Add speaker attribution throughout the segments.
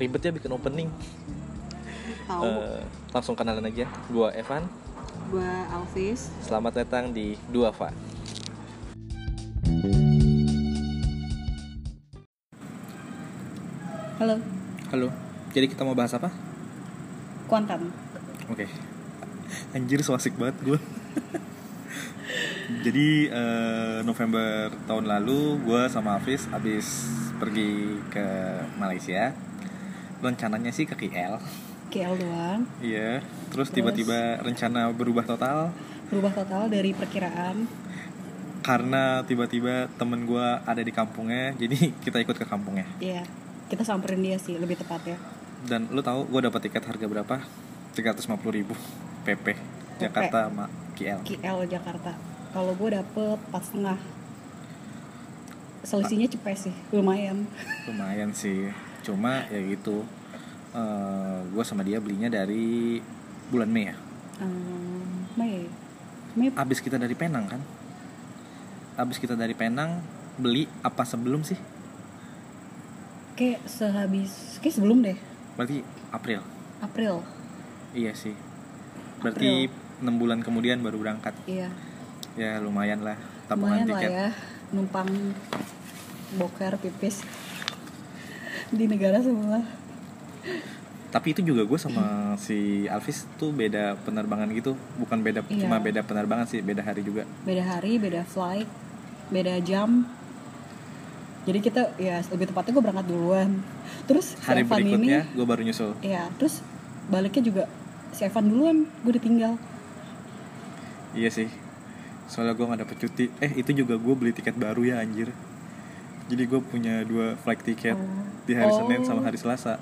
Speaker 1: ribet ya bikin opening
Speaker 2: tahu
Speaker 1: Eh, langsung kenalan aja gua Evan
Speaker 2: gua Alvis
Speaker 1: selamat datang di Duafa
Speaker 2: halo
Speaker 1: halo jadi kita mau bahas apa
Speaker 2: kuantan
Speaker 1: oke anjir so asik banget gue
Speaker 3: Jadi eh, November tahun lalu gue sama Hafiz habis pergi ke Malaysia. Rencananya sih ke KL.
Speaker 2: KL doang
Speaker 3: Iya. Terus
Speaker 2: Terus?
Speaker 3: tiba-tiba rencana berubah total
Speaker 2: berubah total dari perkiraan
Speaker 3: karena tiba-tiba temen gue ada di kampungnya. Jadi kita ikut ke kampungnya.
Speaker 2: ya kita samperin dia sih lebih tepatnya
Speaker 3: Dan lu tahu gue dapat tiket harga berapa? 350.000 ribu PP Jakarta sama KL.
Speaker 2: KL Jakarta kalau gua dapet empat setengah selisihnya cepet sih lumayan
Speaker 3: lumayan sih cuma ya gitu gue sama dia belinya dari bulan Mei ya
Speaker 2: Ehm, Mei Mei
Speaker 3: abis kita dari Penang kan abis kita dari Penang beli apa sebelum sih
Speaker 2: kayak sehabis kayak sebelum deh
Speaker 3: berarti April
Speaker 2: April
Speaker 3: iya sih berarti enam bulan kemudian baru berangkat
Speaker 2: iya
Speaker 3: ya lumayan lah tabungan
Speaker 2: lumayan lah
Speaker 3: tiket
Speaker 2: ya numpang boker pipis di negara semua
Speaker 3: tapi itu juga gue sama si Alvis tuh beda penerbangan gitu bukan beda
Speaker 2: Iya.
Speaker 3: cuma beda penerbangan sih beda hari juga
Speaker 2: beda hari beda flight beda jam jadi kita ya lebih tepatnya gue berangkat duluan terus si
Speaker 3: hari
Speaker 2: Evan ini
Speaker 3: berikutnya gue baru nyusul
Speaker 2: ya terus baliknya juga si Evan duluan gue ditinggal
Speaker 3: Iya sih Soalnya gue gak dapet cuti Eh itu juga gue beli tiket baru ya anjir Jadi gue punya dua flight ticket
Speaker 2: Oh.
Speaker 3: Di hari
Speaker 2: Oh.
Speaker 3: Senin sama hari Selasa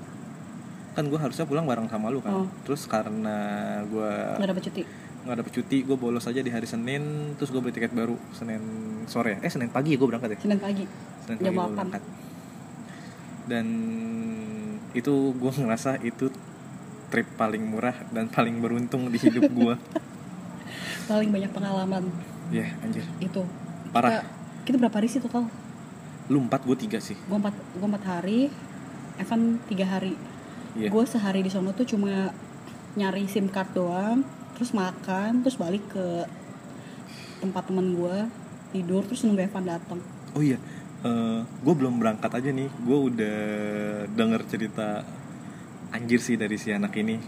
Speaker 3: Kan gue harusnya pulang bareng sama lu kan
Speaker 2: Oh.
Speaker 3: Terus karena gue
Speaker 2: nggak dapet cuti
Speaker 3: gak dapet cuti Gue bolos aja di hari Senin Terus gue beli tiket baru Senin sore ya Eh Senin pagi gue berangkat ya
Speaker 2: Senin pagi
Speaker 3: Senin pagi
Speaker 2: Jam
Speaker 3: gue
Speaker 2: 8.
Speaker 3: berangkat Dan itu gue ngerasa itu trip paling murah dan paling beruntung di hidup gue
Speaker 2: paling banyak pengalaman
Speaker 3: Ya anjir
Speaker 2: itu
Speaker 3: Parah.
Speaker 2: kita, kita berapa hari sih total
Speaker 3: Lu empat gue tiga sih
Speaker 2: gue empat gue empat hari Evan tiga hari
Speaker 3: Iya.
Speaker 2: gue sehari di sono tuh cuma nyari sim card doang terus makan terus balik ke tempat teman gue tidur terus nunggu Evan datang
Speaker 3: Oh iya, gue belum berangkat aja nih. Gue udah denger cerita anjir sih dari si anak ini.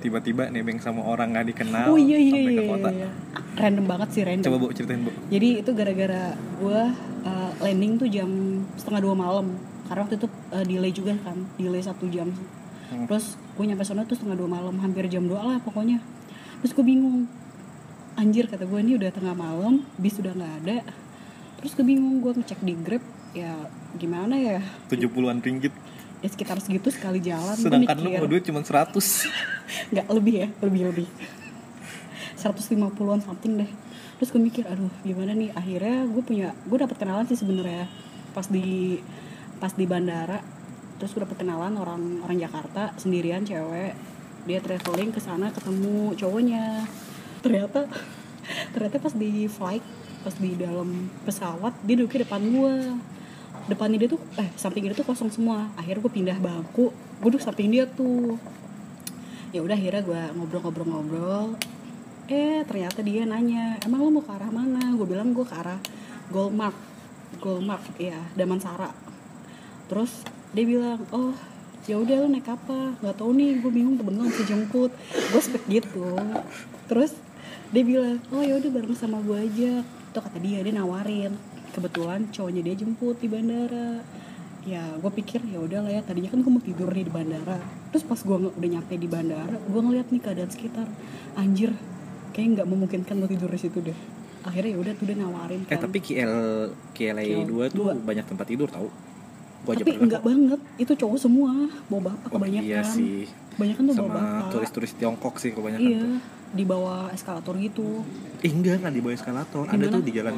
Speaker 3: Tiba-tiba nebeng sama orang gak dikenal
Speaker 2: oh iya iya
Speaker 3: sampai
Speaker 2: iya,
Speaker 3: ke kota.
Speaker 2: iya. Ah, random banget sih random
Speaker 3: Coba bu ceritain bu.
Speaker 2: jadi itu gara-gara gue uh, landing tuh jam setengah dua malam karena waktu itu uh, delay juga kan delay satu jam
Speaker 3: Hmm.
Speaker 2: terus gue nyampe sana tuh setengah dua malam hampir jam dua lah pokoknya terus gue bingung anjir kata gue ini udah tengah malam bis udah nggak ada terus gue bingung gue ngecek di grab ya gimana ya
Speaker 3: 70-an ringgit.
Speaker 2: ya sekitar segitu sekali jalan Gua
Speaker 3: Sedangkan lu
Speaker 2: mikir,
Speaker 3: mau duit cuma 100.
Speaker 2: nggak lebih ya lebih lebih 150-an something deh terus gue mikir aduh gimana nih akhirnya gue punya gue dapet kenalan sih sebenarnya pas di pas di bandara terus gue dapet kenalan orang orang Jakarta sendirian cewek dia traveling ke sana ketemu cowoknya ternyata ternyata pas di flight pas di dalam pesawat dia duduknya depan gue depannya dia tuh eh samping dia tuh kosong semua akhirnya gue pindah bangku gue duduk samping dia tuh ya udah akhirnya gue ngobrol-ngobrol-ngobrol eh ternyata dia nanya emang lo mau ke arah mana gue bilang gue ke arah Goldmark Goldmark ya Damansara terus dia bilang oh ya udah lo naik apa nggak tahu nih gue bingung temen lo ngasih jemput gue spek gitu terus dia bilang oh ya udah bareng sama gue aja itu kata dia dia nawarin kebetulan cowoknya dia jemput di bandara ya gue pikir ya udah lah ya tadinya kan gue mau tidur nih di bandara terus pas gue udah nyampe di bandara gue ngeliat nih keadaan sekitar anjir kayaknya nggak memungkinkan gue tidur di situ deh akhirnya ya udah tuh dia nawarin
Speaker 3: eh
Speaker 2: kan
Speaker 3: tapi KL KLA 2 tuh
Speaker 2: Dua.
Speaker 3: banyak tempat tidur tau. Gua aja
Speaker 2: tapi
Speaker 3: pernah.
Speaker 2: enggak banget itu cowok semua bawa bapak
Speaker 3: Oh,
Speaker 2: kebanyakan
Speaker 3: iya sih.
Speaker 2: kebanyakan tuh bawa
Speaker 3: Sama
Speaker 2: bapak
Speaker 3: turis-turis Tiongkok sih kebanyakan
Speaker 2: iya
Speaker 3: tuh.
Speaker 2: di bawah eskalator gitu
Speaker 3: Eh enggak, nggak di bawah eskalator.
Speaker 2: Di
Speaker 3: ada
Speaker 2: mana?
Speaker 3: tuh di jalan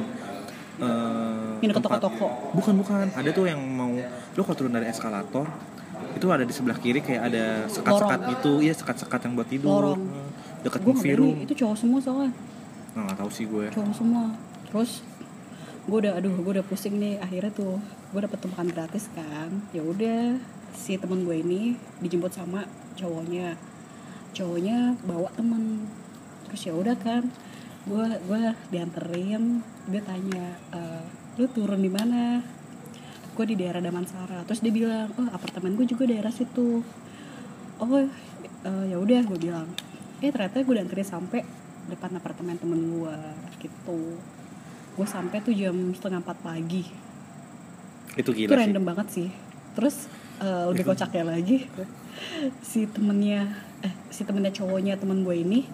Speaker 3: eh,
Speaker 2: Ini dekat
Speaker 3: tempat-
Speaker 2: toko-toko.
Speaker 3: Bukan bukan. Ada tuh yang mau lu kalau turun dari eskalator itu ada di sebelah kiri kayak ada sekat-sekat
Speaker 2: Lorong.
Speaker 3: gitu. Iya, sekat-sekat yang buat tidur.
Speaker 2: Lorong.
Speaker 3: Dekat
Speaker 2: gue nggak
Speaker 3: Mufiru.
Speaker 2: berani itu cowok semua soalnya
Speaker 3: Nah, nggak tahu sih gue.
Speaker 2: cowok semua terus gue udah aduh gue udah pusing nih akhirnya tuh gue dapet tempat gratis kan ya udah si teman gue ini dijemput sama cowoknya cowoknya bawa temen terus ya udah kan gue gue dianterin dia tanya "Eh, lu turun di mana gue di daerah Damansara terus dia bilang oh apartemen gue juga daerah situ oh eh, ya udah gue bilang eh ternyata gue dianterin sampai depan apartemen temen gue gitu gue sampai tuh jam setengah empat pagi
Speaker 1: Itu
Speaker 2: itu
Speaker 1: gila sih.
Speaker 2: random banget sih terus eh, lebih kocaknya lagi si temennya eh si temennya cowoknya temen gue ini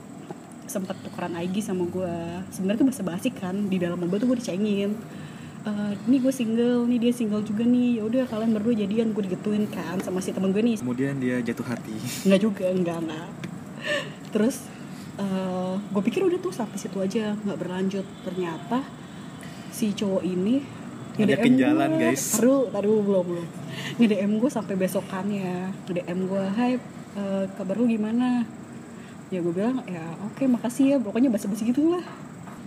Speaker 2: sempat tukeran IG sama gue sebenarnya tuh basa-basi kan di dalam gue tuh gue dicengin Eh nih gue single nih dia single juga nih yaudah kalian berdua jadian gue digituin kan sama si temen gue nih
Speaker 3: Kemudian dia jatuh hati.
Speaker 2: nggak juga nggak nggak terus gue pikir udah tuh sampai situ aja nggak berlanjut ternyata si cowok ini
Speaker 3: Ngajakin
Speaker 2: nge-DM
Speaker 3: jalan,
Speaker 2: gua.
Speaker 3: guys.
Speaker 2: taruh taruh belum belum nge DM gue sampai besokannya nge DM gue hai eh, kabar lu gimana ya gue bilang ya oke makasih ya pokoknya basa basi gitu lah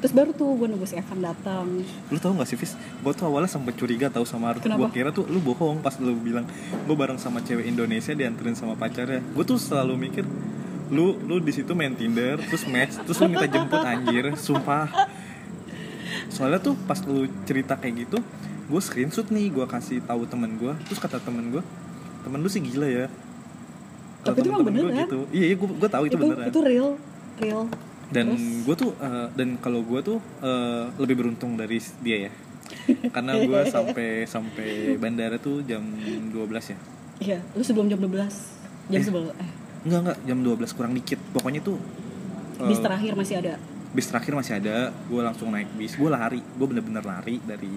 Speaker 2: terus baru tuh gue nunggu si Evan datang
Speaker 3: Lu tau gak sih Fis? Gue tuh awalnya sempet curiga tau sama Arut Gue
Speaker 2: Kenapa?
Speaker 3: kira tuh lu bohong pas lu bilang Gue bareng sama cewek Indonesia dianterin sama pacarnya Gue tuh selalu mikir Lu lu di situ main Tinder Terus match Terus lu minta jemput anjir Sumpah Soalnya tuh pas lu cerita kayak gitu Gue screenshot nih Gue kasih tahu temen gue Terus kata temen gue Temen lu sih gila ya Kata
Speaker 2: Tapi itu emang
Speaker 3: temen-temen gua
Speaker 2: beneran.
Speaker 3: gitu. Iya, iya gue tahu itu,
Speaker 2: itu
Speaker 3: beneran
Speaker 2: itu real real
Speaker 3: dan
Speaker 2: Terus?
Speaker 3: gue tuh eh, dan kalau gue tuh eh, lebih beruntung dari s- dia ya karena gue sampai sampai bandara tuh jam 12 ya
Speaker 2: iya lu sebelum jam 12 jam
Speaker 3: Eh.
Speaker 2: sebelum eh
Speaker 3: enggak enggak jam 12 kurang dikit pokoknya tuh eh,
Speaker 2: bis terakhir masih ada
Speaker 3: bis terakhir masih ada gue langsung naik bis gue lari gue bener-bener lari dari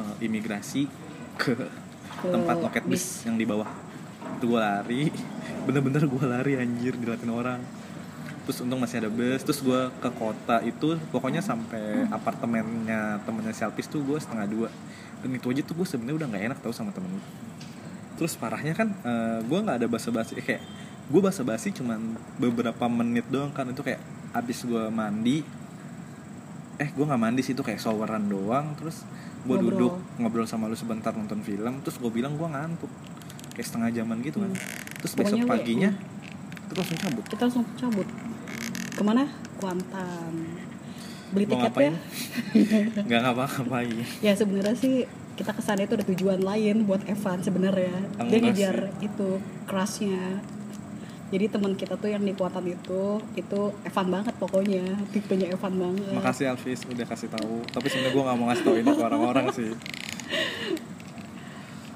Speaker 3: eh, imigrasi ke tempat loket bis yang di bawah itu gue lari bener-bener gue lari anjir dilatin orang terus untung masih ada bus terus gue ke kota itu pokoknya sampai apartemennya temennya selfies tuh gue setengah dua dan itu aja tuh gue sebenarnya udah nggak enak tau sama temen gue terus parahnya kan eh, gue nggak ada basa-basi Eh, kayak gue basa-basi cuman beberapa menit doang kan itu kayak abis gue mandi eh gue nggak mandi sih itu kayak showeran doang terus gue
Speaker 2: Ngobrol.
Speaker 3: duduk ngobrol sama lu sebentar nonton film terus gue bilang gue ngantuk kayak setengah jaman gitu kan
Speaker 2: Hmm.
Speaker 3: terus
Speaker 2: Pokoknya
Speaker 3: besok
Speaker 2: lu-
Speaker 3: paginya terus langsung cabut
Speaker 2: kita langsung cabut kemana Kuantan beli
Speaker 3: Mau
Speaker 2: tiket ya
Speaker 3: ngapain? nggak ngapa-ngapain
Speaker 2: ya sebenarnya sih kita kesana itu ada tujuan lain buat Evan sebenarnya dia
Speaker 3: Enggak
Speaker 2: ngejar itu crushnya jadi teman kita tuh yang di Kuantan itu itu Evan banget pokoknya tipenya Evan banget
Speaker 3: makasih Alvis udah kasih tahu tapi sebenarnya gue nggak mau ngasih tau ini ke orang-orang sih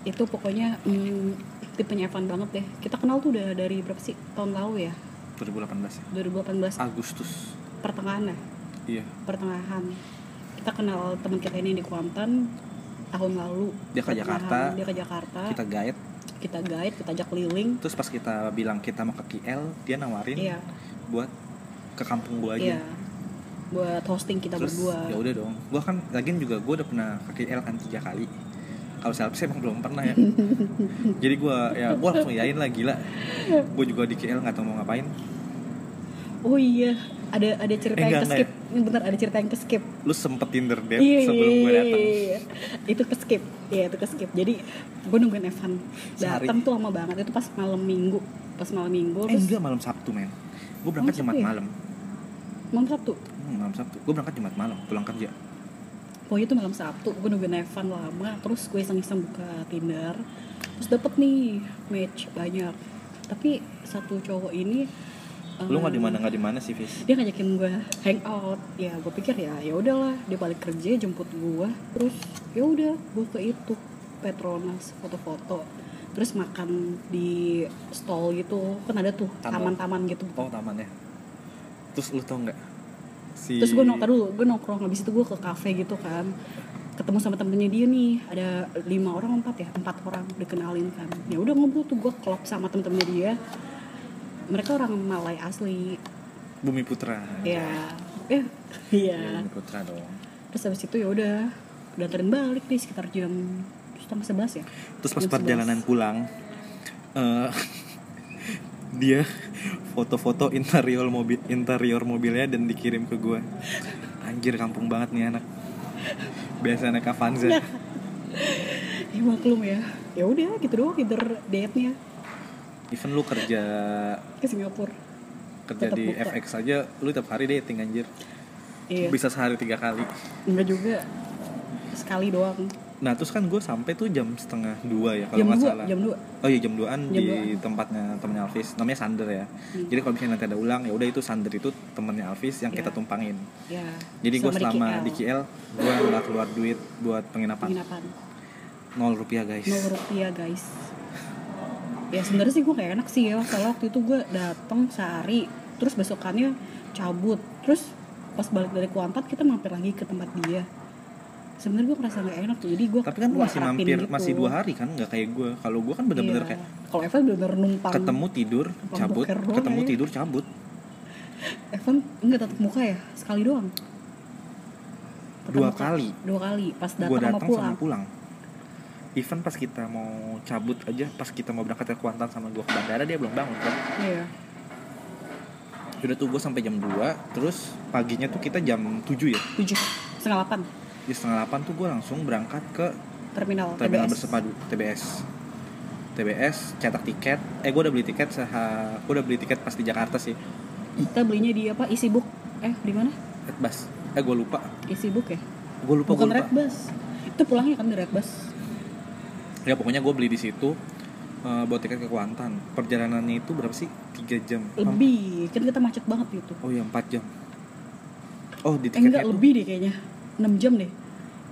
Speaker 2: itu pokoknya hmm, tipenya Evan banget deh kita kenal tuh udah dari berapa sih tahun lalu ya
Speaker 3: 2018 ya
Speaker 2: 2018
Speaker 3: Agustus
Speaker 2: pertengahan ya
Speaker 3: iya
Speaker 2: pertengahan kita kenal teman kita ini yang di Kuantan tahun lalu
Speaker 3: Dia ke
Speaker 2: Pertengahan,
Speaker 3: Jakarta.
Speaker 2: dia ke Jakarta kita,
Speaker 3: kita guide
Speaker 2: guide kita ajak keliling
Speaker 3: terus pas kita bilang kita mau ke KL dia nawarin
Speaker 2: iya
Speaker 3: buat ke kampung gue aja
Speaker 2: iya buat hosting kita
Speaker 3: terus
Speaker 2: berdua
Speaker 3: ya udah dong gue kan lagian juga gue udah pernah ke KL kan tiga kali kalau selfie emang belum pernah ya jadi gue ya gue langsung yain lah gila gue juga di KL nggak tahu mau ngapain
Speaker 2: oh iya ada ada cerita
Speaker 3: Eh, enggak,
Speaker 2: yang ke skip bener ada cerita yang ke skip
Speaker 3: lu sempet Tinder date
Speaker 2: Iya,
Speaker 3: sebelum gue
Speaker 2: iya,
Speaker 3: datang
Speaker 2: iya. itu ke skip iya itu ke skip jadi gue nungguin Evan
Speaker 3: Sehari.
Speaker 2: datang tuh lama banget itu pas malam minggu pas malam minggu
Speaker 3: eh enggak malam Sabtu men gue berangkat
Speaker 2: Malam
Speaker 3: Jumat
Speaker 2: Sabtu ya?
Speaker 3: malam
Speaker 2: malam sabtu
Speaker 3: Hmm, malam Sabtu gue berangkat Jumat malam pulang kerja
Speaker 2: Pokoknya itu malam Sabtu, gue nungguin Evan lama, terus gue iseng-iseng buka Tinder Terus dapet nih match banyak Tapi satu cowok ini
Speaker 3: lu nggak
Speaker 2: eh,
Speaker 3: di mana nggak di mana sih Fis
Speaker 2: Dia ngajakin gue hangout Ya gue pikir ya ya udahlah dia balik kerja jemput gue Terus ya udah gue ke itu Petronas foto-foto Terus makan di stall gitu Kan ada tuh
Speaker 3: Taman.
Speaker 2: taman-taman gitu
Speaker 3: oh tamannya terus lu tau nggak si
Speaker 2: terus gue nongkrong dulu gue nongkrong habis itu gue ke kafe gitu kan ketemu sama temennya dia nih ada lima orang empat ya empat orang dikenalin kan ya udah ngobrol tuh gue klop sama temen-temennya dia mereka orang Malay asli
Speaker 3: Bumi Putra
Speaker 2: ya eh iya
Speaker 3: Bumi Putra dong
Speaker 2: terus habis itu ya udah udah balik nih sekitar jam setengah sebelas ya
Speaker 3: terus pas
Speaker 2: Jam
Speaker 3: perjalanan
Speaker 2: 11.
Speaker 3: pulang eh dia foto-foto interior mobil interior mobilnya dan dikirim ke gue anjir kampung banget nih anak biasa naik Avanza
Speaker 2: Iya. ya maklum ya ya udah gitu doang either dietnya
Speaker 3: even lu kerja
Speaker 2: ke Singapura
Speaker 3: kerja
Speaker 2: Tetap
Speaker 3: di
Speaker 2: buka.
Speaker 3: FX aja lu tiap hari dating anjir
Speaker 2: iya
Speaker 3: bisa sehari tiga kali
Speaker 2: enggak juga sekali doang
Speaker 3: nah terus kan gue sampai tuh jam setengah dua ya kalau
Speaker 2: jam
Speaker 3: nggak
Speaker 2: dua
Speaker 3: salah
Speaker 2: jam dua
Speaker 3: oh iya jam 2an
Speaker 2: Jam
Speaker 3: di
Speaker 2: 2-an.
Speaker 3: tempatnya temennya Alvis namanya Sander ya
Speaker 2: Hmm.
Speaker 3: jadi kalau misalnya nanti ada ulang ya udah itu Sander itu temennya Alvis yang kita
Speaker 2: Iya.
Speaker 3: tumpangin
Speaker 2: ya
Speaker 3: jadi gue
Speaker 2: sama
Speaker 3: selama di KL gue nggak keluar duit buat penginapan
Speaker 2: penginapan
Speaker 3: nol rupiah guys
Speaker 2: nol rupiah guys ya sebenarnya sih gue kayak enak sih ya kalau waktu itu gue datang sehari terus besokannya cabut terus pas balik dari Kuantat kita mampir lagi ke tempat dia sebenarnya gue ngerasa nggak enak tuh jadi gue
Speaker 3: tapi kan lu
Speaker 2: gue
Speaker 3: masih
Speaker 2: harapin
Speaker 3: mampir
Speaker 2: gitu.
Speaker 3: masih dua hari kan nggak kayak gue kalau gue kan bener-bener
Speaker 2: Iya.
Speaker 3: kayak
Speaker 2: kalau Evan bener-bener numpang
Speaker 3: ketemu tidur
Speaker 2: numpang
Speaker 3: cabut
Speaker 2: boker doang
Speaker 3: ketemu
Speaker 2: aja.
Speaker 3: tidur cabut
Speaker 2: Evan enggak tatap muka ya sekali doang Tatap
Speaker 3: Dua
Speaker 2: muka.
Speaker 3: kali.
Speaker 2: dua kali pas
Speaker 3: gue
Speaker 2: datang sama
Speaker 3: datang
Speaker 2: pulang
Speaker 3: sama pulang even pas kita mau cabut aja pas kita mau berangkat ke Kuantan sama gue ke bandara dia belum bangun kan
Speaker 2: iya
Speaker 3: Udah tuh gue sampai jam 2 Terus paginya tuh kita jam 7 ya
Speaker 2: tujuh setengah delapan
Speaker 3: Di setengah 8 tuh gue langsung berangkat ke
Speaker 2: terminal
Speaker 3: Terminal
Speaker 2: TBS.
Speaker 3: Bersepadu TBS TBS cetak tiket Eh gue udah beli tiket seha Gue udah beli tiket pas di Jakarta sih
Speaker 2: kita belinya di apa isi book eh di mana
Speaker 3: Redbus Eh gue lupa
Speaker 2: isi book ya
Speaker 3: Gue lupa gue
Speaker 2: bukan
Speaker 3: lupa
Speaker 2: red bus itu pulangnya kan dari red bus
Speaker 3: Ya pokoknya gue beli di situ eh, Buat tiket ke Kuantan Perjalanannya itu berapa sih? 3 jam
Speaker 2: lebih kan kita macet banget itu
Speaker 3: Oh iya 4 jam Oh di
Speaker 2: eh, enggak
Speaker 3: tiketnya tuh
Speaker 2: lebih deh kayaknya 6 jam deh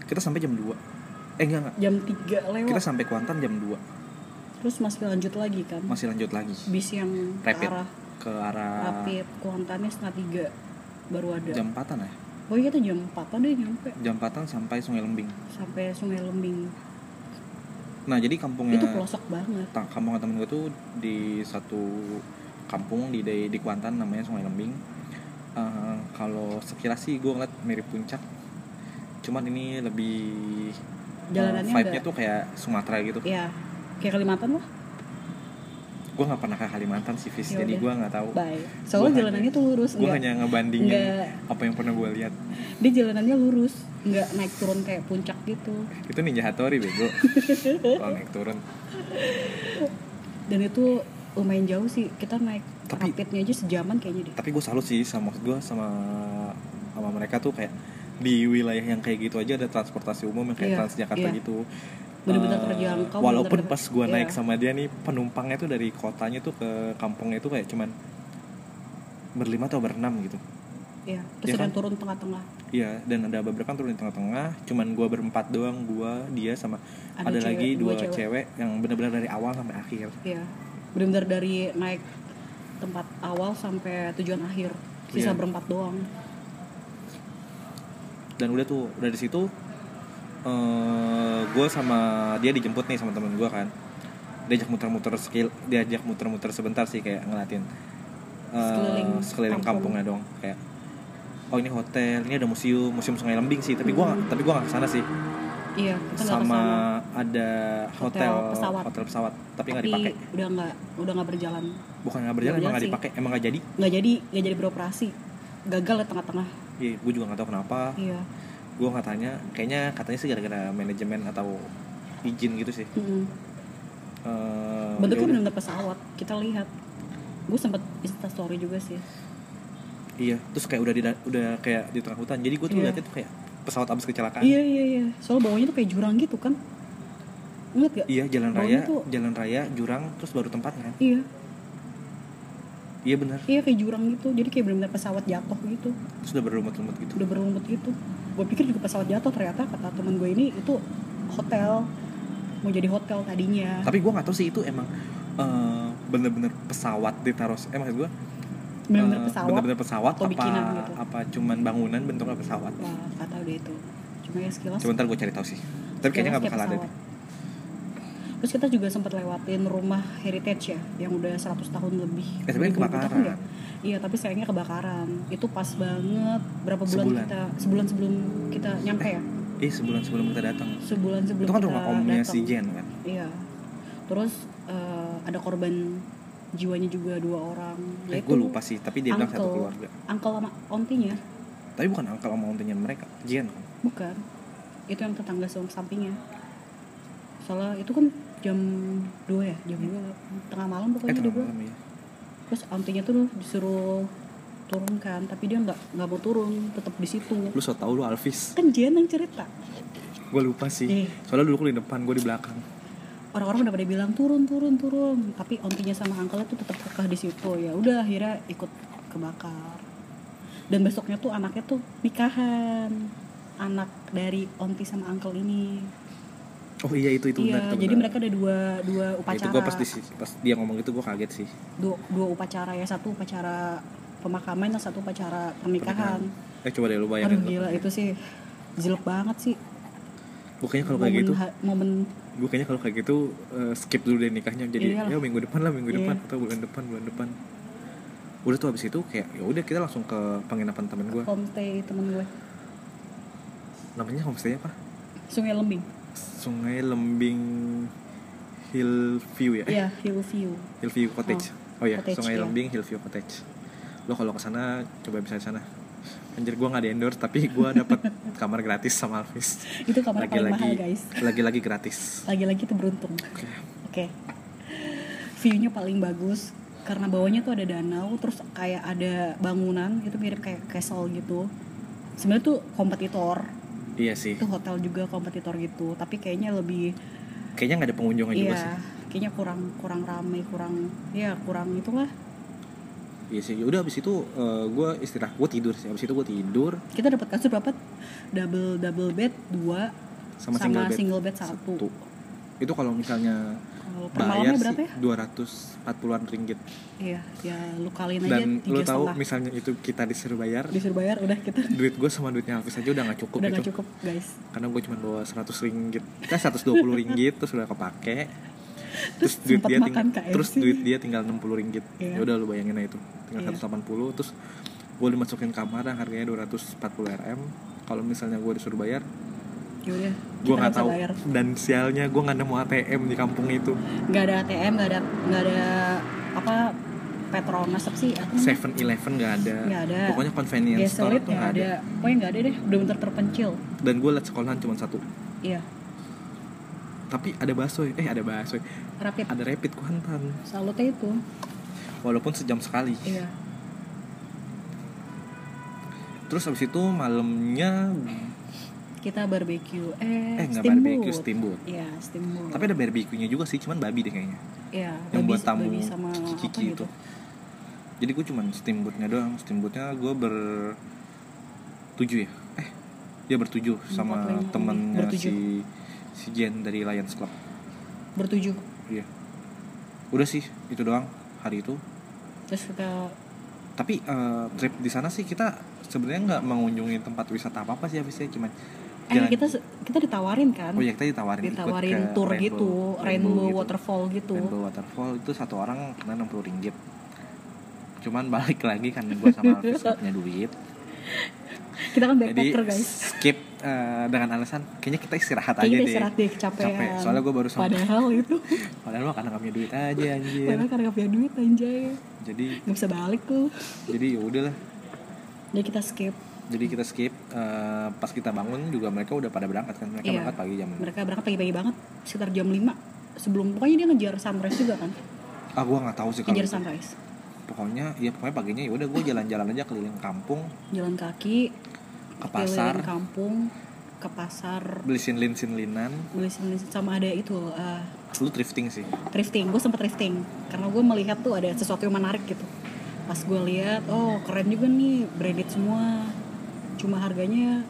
Speaker 3: Kita sampai jam 2 Eh enggak enggak
Speaker 2: jam 3 lewat
Speaker 3: Kita sampai Kuantan jam 2
Speaker 2: terus masih lanjut lagi kan
Speaker 3: Masih lanjut lagi
Speaker 2: bis yang ke
Speaker 3: Rapid.
Speaker 2: arah
Speaker 3: Ke arah
Speaker 2: rapid kuantannya setengah tiga baru ada
Speaker 3: jam 4 ya
Speaker 2: oh iya tuh jam 4 deh nyampe
Speaker 3: jam 4 sampai Sungai Lembing.
Speaker 2: sampai sungai lembing
Speaker 3: Nah, jadi kampungnya
Speaker 2: itu pelosok banget
Speaker 3: ta- kampung temen gue tuh di satu kampung di di, di Kuantan namanya Sungai Lembing. Eh, kalau sekilas sih gue ngeliat mirip puncak. Cuman ini lebih eh,
Speaker 2: Jalanannya
Speaker 3: vibe-nya
Speaker 2: agak-
Speaker 3: tuh kayak Sumatera gitu.
Speaker 2: ya kayak Kalimantan lah
Speaker 3: Gue nggak pernah ke Kalimantan sih, Fis.
Speaker 2: Ya
Speaker 3: jadi
Speaker 2: udah.
Speaker 3: gue nggak tahu.
Speaker 2: bye soalnya
Speaker 3: Oh. Gua
Speaker 2: jalanannya
Speaker 3: hanya-
Speaker 2: tuh lurus
Speaker 3: Gue
Speaker 2: enggak
Speaker 3: hanya ngebandingin
Speaker 2: enggak
Speaker 3: apa yang pernah gue lihat.
Speaker 2: dia jalanannya lurus enggak naik turun kayak puncak gitu
Speaker 3: Itu Ninja Hattori bego. Kalau naik turun.
Speaker 2: dan itu lumayan jauh sih kita naik
Speaker 3: Tapi-
Speaker 2: rapidnya aja sejaman kayaknya deh
Speaker 3: tapi gue salut sih sama maksud gue sama sama mereka tuh kayak di wilayah yang kayak gitu aja ada transportasi umum yang kayak
Speaker 2: Iya,
Speaker 3: Transjakarta
Speaker 2: iya.
Speaker 3: gitu.
Speaker 2: Bener-bener
Speaker 3: Eh,
Speaker 2: terjangkau,
Speaker 3: Walaupun
Speaker 2: bener-bener-
Speaker 3: pas gue naik
Speaker 2: iya.
Speaker 3: sama dia nih penumpangnya tuh dari kotanya tuh ke kampungnya tuh kayak cuman berlima atau berenam gitu.
Speaker 2: ya
Speaker 3: Iya
Speaker 2: terus ada
Speaker 3: kan?
Speaker 2: yang turun tengah-tengah
Speaker 3: Iya, dan ada beberapa yang turun di tengah-tengah, cuman gue berempat doang, gue, dia sama ada,
Speaker 2: Ada cewek,
Speaker 3: lagi dua
Speaker 2: dua
Speaker 3: cewek.
Speaker 2: cewek.
Speaker 3: yang benar-benar dari awal sampai akhir.
Speaker 2: ya bener-bener dari naik tempat awal sampai tujuan akhir
Speaker 3: Iya.
Speaker 2: sisa berempat doang
Speaker 3: dan udah tuh udah di situ eh gue sama dia dijemput nih sama temen gue kan diajak muter-muter skill diajak muter-muter sebentar sih kayak ngeliatin eh,
Speaker 2: Sekeliling
Speaker 3: sekeliling
Speaker 2: kampung.
Speaker 3: kampungnya dong kayak oh ini hotel ini ada museum museum sungai lembing sih tapi gue tapi gue nggak kesana sih
Speaker 2: iya kita nggak
Speaker 3: sama
Speaker 2: kesana.
Speaker 3: ada hotel
Speaker 2: Hotel pesawat.
Speaker 3: hotel pesawat tapi nggak
Speaker 2: tapi
Speaker 3: dipakai
Speaker 2: udah nggak udah nggak berjalan
Speaker 3: bukan nggak berjalan
Speaker 2: Nggak
Speaker 3: emang nggak
Speaker 2: sih.
Speaker 3: dipakai emang nggak jadi
Speaker 2: nggak jadi nggak jadi beroperasi gagal ya tengah-tengah
Speaker 3: Iya, gue juga nggak tahu kenapa
Speaker 2: iya
Speaker 3: gue nggak tanya kayaknya katanya sih gara-gara manajemen atau izin gitu sih
Speaker 2: Mm-mm.
Speaker 3: Eh,
Speaker 2: bentuknya
Speaker 3: yaudah.
Speaker 2: benar-benar pesawat kita lihat gue sempet instastory juga sih
Speaker 3: Ah. Iya, terus kayak udah di udah kayak di tengah hutan. Jadi gue tuh
Speaker 2: Iya.
Speaker 3: liatnya tuh kayak pesawat abis kecelakaan.
Speaker 2: iya iya iya soal bawahnya tuh kayak jurang gitu kan ingat gak
Speaker 3: Iya, jalan
Speaker 2: Baunya
Speaker 3: raya,
Speaker 2: tuh-
Speaker 3: jalan raya, jurang, terus baru tempatnya.
Speaker 2: iya
Speaker 3: Iya bener,
Speaker 2: iya kayak jurang gitu jadi kayak benar-benar pesawat jatuh gitu
Speaker 3: terus udah berlumut-lumut gitu.
Speaker 2: udah berlumut gitu gue pikir juga pesawat jatuh ternyata kata temen gue ini itu hotel mau jadi hotel tadinya
Speaker 3: Tapi gue nggak tahu sih itu emang eh, bener-bener pesawat ditaruh. Eh maksud gue
Speaker 2: benar-benar
Speaker 3: eh,
Speaker 2: pesawat
Speaker 3: bener-bener pesawat
Speaker 2: atau
Speaker 3: apa
Speaker 2: bikinan gitu.
Speaker 3: apa cuman bangunan bentuknya pesawat.
Speaker 2: wah gak tau deh itu cuma ya sekilas
Speaker 3: Coba ntar gue cari tahu sih. Tapi kayaknya nggak bakal ada. deh.
Speaker 2: Terus kita juga sempat lewatin rumah heritage ya, yang udah 100 tahun lebih.
Speaker 3: Eh, tapi kan
Speaker 2: Lebih
Speaker 3: kebakaran.
Speaker 2: tahun ya? Iya, tapi sayangnya kebakaran. Itu pas banget berapa bulan
Speaker 3: Sebulan.
Speaker 2: kita sebulan sebelum kita nyampe ya.
Speaker 3: Eh sebulan sebelum kita datang.
Speaker 2: Sebulan sebelum
Speaker 3: Itu kan
Speaker 2: kita
Speaker 3: rumah omnya
Speaker 2: datang.
Speaker 3: si Jen kan.
Speaker 2: Iya. Terus eh, ada korban jiwanya juga dua orang. Ya
Speaker 3: Eh, gue lupa sih, tapi dia bilang satu
Speaker 2: Iya, uncle.
Speaker 3: keluarga.
Speaker 2: Uncle sama ontinya, Oh,
Speaker 3: Tapi bukan angkel sama ontinya mereka, Jen.
Speaker 2: bukan. itu yang tetangga song sampingnya soalnya itu kan jam 2 ya jam 2 tengah
Speaker 3: eh
Speaker 2: malam pokoknya
Speaker 3: tengah
Speaker 2: dia bilang.
Speaker 3: malam ya
Speaker 2: terus antinya tuh disuruh turun kan tapi dia nggak nggak mau turun tetap di situ
Speaker 3: lu so tau lu Alvis
Speaker 2: kan Jen yang cerita
Speaker 3: gue lupa sih
Speaker 2: Iya.
Speaker 3: soalnya dulu lu di depan gue di belakang
Speaker 2: orang-orang udah pada bilang turun turun turun tapi ontinya sama angkelnya tuh tetap kekeh di situ ya udah akhirnya ikut kebakar dan besoknya tuh anaknya tuh nikahan anak dari onti sama angkel ini
Speaker 3: oh iya itu itu
Speaker 2: iya
Speaker 3: benar itu
Speaker 2: jadi
Speaker 3: benar.
Speaker 2: mereka ada dua dua
Speaker 3: Nah,
Speaker 2: upacara
Speaker 3: itu gue pas, di- pas dia ngomong itu gue kaget sih
Speaker 2: dua, dua upacara ya satu upacara pemakaman yang satu upacara pernikahan,
Speaker 3: eh coba deh lu
Speaker 2: aduh
Speaker 3: bayangin lu.
Speaker 2: gila itu sih jelek banget sih
Speaker 3: Gua kayaknya kalau kayak
Speaker 2: momen
Speaker 3: gitu
Speaker 2: ha- momen
Speaker 3: gue kayaknya kalau kayak gitu eh, skip dulu deh nikahnya jadi
Speaker 2: Iyalah.
Speaker 3: ya minggu depan lah minggu
Speaker 2: Iya.
Speaker 3: depan atau bulan depan bulan depan udah tuh habis itu kayak ya udah kita langsung ke penginapan temen gue
Speaker 2: homestay temen gue
Speaker 3: namanya homestay apa
Speaker 2: sungai lembing
Speaker 3: Sungai Lembing Hillview ya eh,
Speaker 2: iya hillview
Speaker 3: Hillview Cottage oh, iya
Speaker 2: Cottage,
Speaker 3: Sungai
Speaker 2: iya.
Speaker 3: Lembing Hillview Cottage lo kalau kesana coba bisa sana anjir gue nggak di endorse tapi gue dapat kamar gratis sama Alvis
Speaker 2: itu kamar paling mahal
Speaker 3: lagi-lagi
Speaker 2: guys
Speaker 3: lagi-lagi gratis
Speaker 2: lagi-lagi tuh beruntung oke view-nya paling bagus karena bawahnya tuh ada danau terus kayak ada bangunan itu mirip kayak castle gitu sebenarnya tuh kompetitor
Speaker 3: iya sih
Speaker 2: itu hotel juga kompetitor gitu tapi kayaknya lebih
Speaker 3: kayaknya nggak ada pengunjungnya juga Oh, sih
Speaker 2: iya kayaknya kurang kurang ramai kurang ya kurang itulah
Speaker 3: Iya sih, udah abis itu gue istirahat, gue tidur sih. Abis itu gue tidur
Speaker 2: kita dapat kasur berapa double double bed dua
Speaker 3: sama,
Speaker 2: Sama
Speaker 3: single bed.
Speaker 2: single bed satu.
Speaker 3: Itu kalau misalnya
Speaker 2: kalau per
Speaker 3: bayar
Speaker 2: malamnya
Speaker 3: sih
Speaker 2: berapa ya
Speaker 3: 240-an ringgit.
Speaker 2: iya ya lu kaliin aja
Speaker 3: Dan
Speaker 2: tiga
Speaker 3: lo tahu
Speaker 2: setengah
Speaker 3: misalnya itu kita disuruh bayar,
Speaker 2: disuruh bayar udah kita
Speaker 3: duit gue sama duitnya Hafiz aja udah nggak cukup gitu.
Speaker 2: udah
Speaker 3: itu.
Speaker 2: nggak cukup guys
Speaker 3: Karena gue cuma bawa 100 ringgit. Kan Kita 120 ringgit terus udah kepake. Terus duit
Speaker 2: sempet
Speaker 3: dia tinggal
Speaker 2: makan KFC.
Speaker 3: terus duit dia tinggal 60 ringgit.
Speaker 2: Iya.
Speaker 3: Ya udah lu bayangin aja itu. Tinggal
Speaker 2: Iya.
Speaker 3: 180 terus gue dimasukin kamar yang harganya 240 RM. Kalau misalnya gue disuruh bayar,
Speaker 2: Yaudah,
Speaker 3: gue
Speaker 2: kita
Speaker 3: nggak
Speaker 2: bisa
Speaker 3: tahu
Speaker 2: bayar. Hmm.
Speaker 3: dan sialnya gue nggak nemu ATM di kampung itu
Speaker 2: nggak ada ATM nggak ada nggak ada apa Petronas apa sih apa namanya?
Speaker 3: Seven Eleven nggak ada.
Speaker 2: Nggak ada.
Speaker 3: pokoknya convenience store
Speaker 2: Gasolit
Speaker 3: tuh
Speaker 2: nggak
Speaker 3: nggak ada.
Speaker 2: ya, ada pokoknya nggak ada deh udah bentar terpencil
Speaker 3: dan gue liat sekolahan cuma satu
Speaker 2: iya
Speaker 3: tapi ada bakso eh ada bakso
Speaker 2: rapid
Speaker 3: ada rapid kuantan
Speaker 2: salutnya itu
Speaker 3: walaupun sejam sekali
Speaker 2: iya
Speaker 3: terus abis itu malamnya
Speaker 2: kita barbecue eh,
Speaker 3: eh nggak
Speaker 2: steamboat.
Speaker 3: barbecue steamboat
Speaker 2: iya steamboat
Speaker 3: tapi ada barbecue nya juga sih cuman babi deh kayaknya
Speaker 2: iya
Speaker 3: yang
Speaker 2: babi-
Speaker 3: buat tamu
Speaker 2: babi sama apa
Speaker 3: kiki itu
Speaker 2: gitu
Speaker 3: jadi gue cuman steamboatnya doang steamboatnya gue ber tujuh ya eh dia bertujuh sama
Speaker 2: Empat lagi.
Speaker 3: temennya
Speaker 2: Bertujuh.
Speaker 3: si si Jen dari Lions Club
Speaker 2: bertujuh
Speaker 3: iya udah sih itu doang hari itu
Speaker 2: terus kita
Speaker 3: tapi eh, trip di sana sih kita sebenarnya nggak mengunjungi tempat wisata apa apa sih habisnya cuman
Speaker 2: eh kita se- kita ditawarin kan
Speaker 3: oh ya kita ditawarin ikut
Speaker 2: ditawarin
Speaker 3: ke
Speaker 2: tour
Speaker 3: Rainbow-
Speaker 2: gitu rainbow,
Speaker 3: gitu.
Speaker 2: waterfall gitu
Speaker 3: Rainbow waterfall itu satu orang kena 60 ringgit cuman balik lagi kan gue sama Alvis gak punya duit
Speaker 2: kita kan
Speaker 3: jadi
Speaker 2: backpacker guys
Speaker 3: skip eh, dengan alasan kayaknya kita istirahat aja
Speaker 2: kayaknya kita
Speaker 3: deh
Speaker 2: istirahat deh kecapean
Speaker 3: Capek, soalnya gue baru sampai
Speaker 2: padahal itu
Speaker 3: padahal mah karena gak punya duit aja anjir
Speaker 2: Padahal karena gak punya duit anjay
Speaker 3: jadi
Speaker 2: Gak bisa balik tuh
Speaker 3: jadi ya udahlah
Speaker 2: Jadi kita skip
Speaker 3: jadi kita skip eh, pas kita bangun juga mereka udah pada berangkat kan mereka
Speaker 2: Iya.
Speaker 3: berangkat pagi jam
Speaker 2: Mereka berangkat pagi-pagi banget Sekitar jam 5 Sebelum Pokoknya dia ngejar sunrise juga kan
Speaker 3: ah gue nggak tahu sih kalau
Speaker 2: Ngejar
Speaker 3: itu.
Speaker 2: sunrise
Speaker 3: pokoknya ya pokoknya paginya ya udah gue jalan-jalan aja keliling kampung
Speaker 2: Jalan kaki
Speaker 3: Ke pasar.
Speaker 2: keliling kampung Ke pasar
Speaker 3: beli sinlin sinlinan
Speaker 2: Beli sendiri Sama ada itu eh,
Speaker 3: lu thrifting sih
Speaker 2: Thrifting Gue sempet thrifting Karena gue melihat tuh ada sesuatu yang menarik gitu Pas gue lihat Oh keren juga nih Branded semua Cuma harganya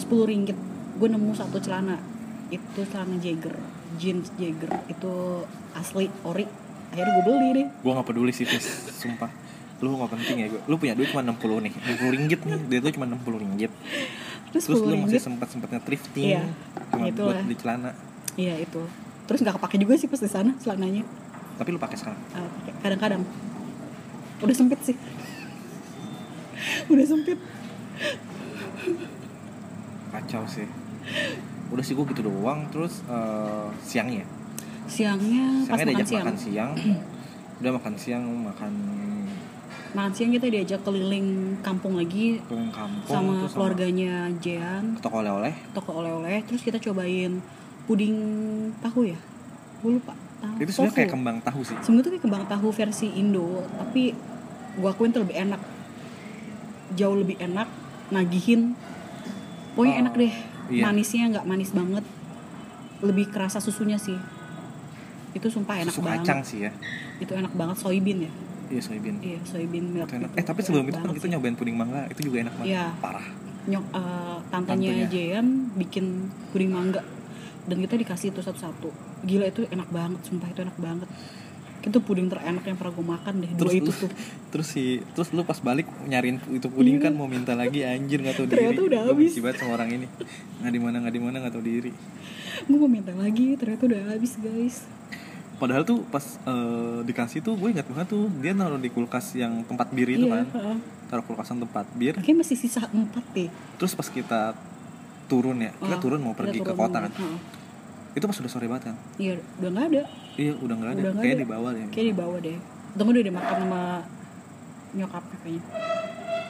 Speaker 2: 10 ringgit Gue nemu satu celana Itu celana Jagger Jeans Jagger Itu asli ori Akhirnya gue beli deh
Speaker 3: gue nggak peduli sih Fis sumpah lu nggak penting ya gue lu punya duit cuma 60 nih 60 ringgit nih dia tuh cuma 60 ringgit
Speaker 2: Terus,
Speaker 3: terus lu
Speaker 2: 10
Speaker 3: masih
Speaker 2: ringgit
Speaker 3: sempat sempatnya thrifting
Speaker 2: Iya,
Speaker 3: cuma buat
Speaker 2: itulah.
Speaker 3: beli celana
Speaker 2: Iya itu Terus gak kepake juga sih pas di sana celananya
Speaker 3: tapi lu pakai sekarang
Speaker 2: Ah, pakai. Kadang-kadang Udah sempit sih Udah sempit
Speaker 3: kacau sih udah sih gue gitu doang terus eh, siangnya
Speaker 2: Siangnya Hmm,
Speaker 3: siangnya
Speaker 2: pas makan
Speaker 3: diajak
Speaker 2: siang
Speaker 3: makan siang udah makan siang makan
Speaker 2: makan siang kita diajak keliling kampung lagi
Speaker 3: Keliling kampung
Speaker 2: sama
Speaker 3: terus
Speaker 2: keluarganya Jean
Speaker 3: ke toko oleh-oleh
Speaker 2: toko oleh-oleh terus kita cobain puding tahu ya gue lupa tahu
Speaker 3: itu sebenarnya kayak
Speaker 2: tofu.
Speaker 3: kembang tahu sih
Speaker 2: sebenarnya tuh kayak kembang tahu versi Indo tapi gua akuin tuh lebih enak jauh lebih enak nagihin pokoknya
Speaker 3: Oh,
Speaker 2: enak deh
Speaker 3: iya.
Speaker 2: manisnya nggak manis banget lebih kerasa susunya sih itu sumpah enak
Speaker 3: susu
Speaker 2: banget
Speaker 3: kacang sih ya
Speaker 2: itu enak banget soybean ya
Speaker 3: iya soybean
Speaker 2: iya soybean milk
Speaker 3: Itu enak.
Speaker 2: gitu.
Speaker 3: eh tapi sebelum
Speaker 2: Enak
Speaker 3: itu kan
Speaker 2: banget
Speaker 3: kita
Speaker 2: sih.
Speaker 3: nyobain puding mangga itu juga enak banget
Speaker 2: Iya.
Speaker 3: parah
Speaker 2: nyok eh, tantenya
Speaker 3: Tantenya.
Speaker 2: Jean bikin puding mangga dan kita dikasih itu satu-satu gila itu enak banget sumpah itu enak banget itu puding terenak yang pernah gue makan deh dua
Speaker 3: terus
Speaker 2: itu
Speaker 3: lu,
Speaker 2: tuh
Speaker 3: terus si terus lu pas balik nyariin itu puding kan mau minta lagi anjir nggak tahu diri
Speaker 2: Ternyata udah
Speaker 3: Gua
Speaker 2: habis.
Speaker 3: benci banget sama orang ini nggak di mana nggak di mana nggak tahu diri
Speaker 2: gue mau minta lagi ternyata udah habis guys
Speaker 3: padahal tuh pas eh, dikasih tuh gue ingat banget tuh dia naruh di kulkas yang tempat bir itu
Speaker 2: iya
Speaker 3: kan
Speaker 2: heeh.
Speaker 3: taruh kulkasan tempat bir
Speaker 2: Kayaknya masih sisa empat deh
Speaker 3: terus pas kita turun ya kita
Speaker 2: Oh,
Speaker 3: turun mau
Speaker 2: kita
Speaker 3: pergi ke
Speaker 2: turun
Speaker 3: kota
Speaker 2: mau-
Speaker 3: kan
Speaker 2: heeh.
Speaker 3: itu pas udah sore banget kan
Speaker 2: iya udah nggak ada
Speaker 3: iya udah nggak ada
Speaker 2: Udah nggak
Speaker 3: kayak
Speaker 2: ada.
Speaker 3: di bawah ya
Speaker 2: kayak dibawa deh tunggu udah dimakan sama nyokapnya kayaknya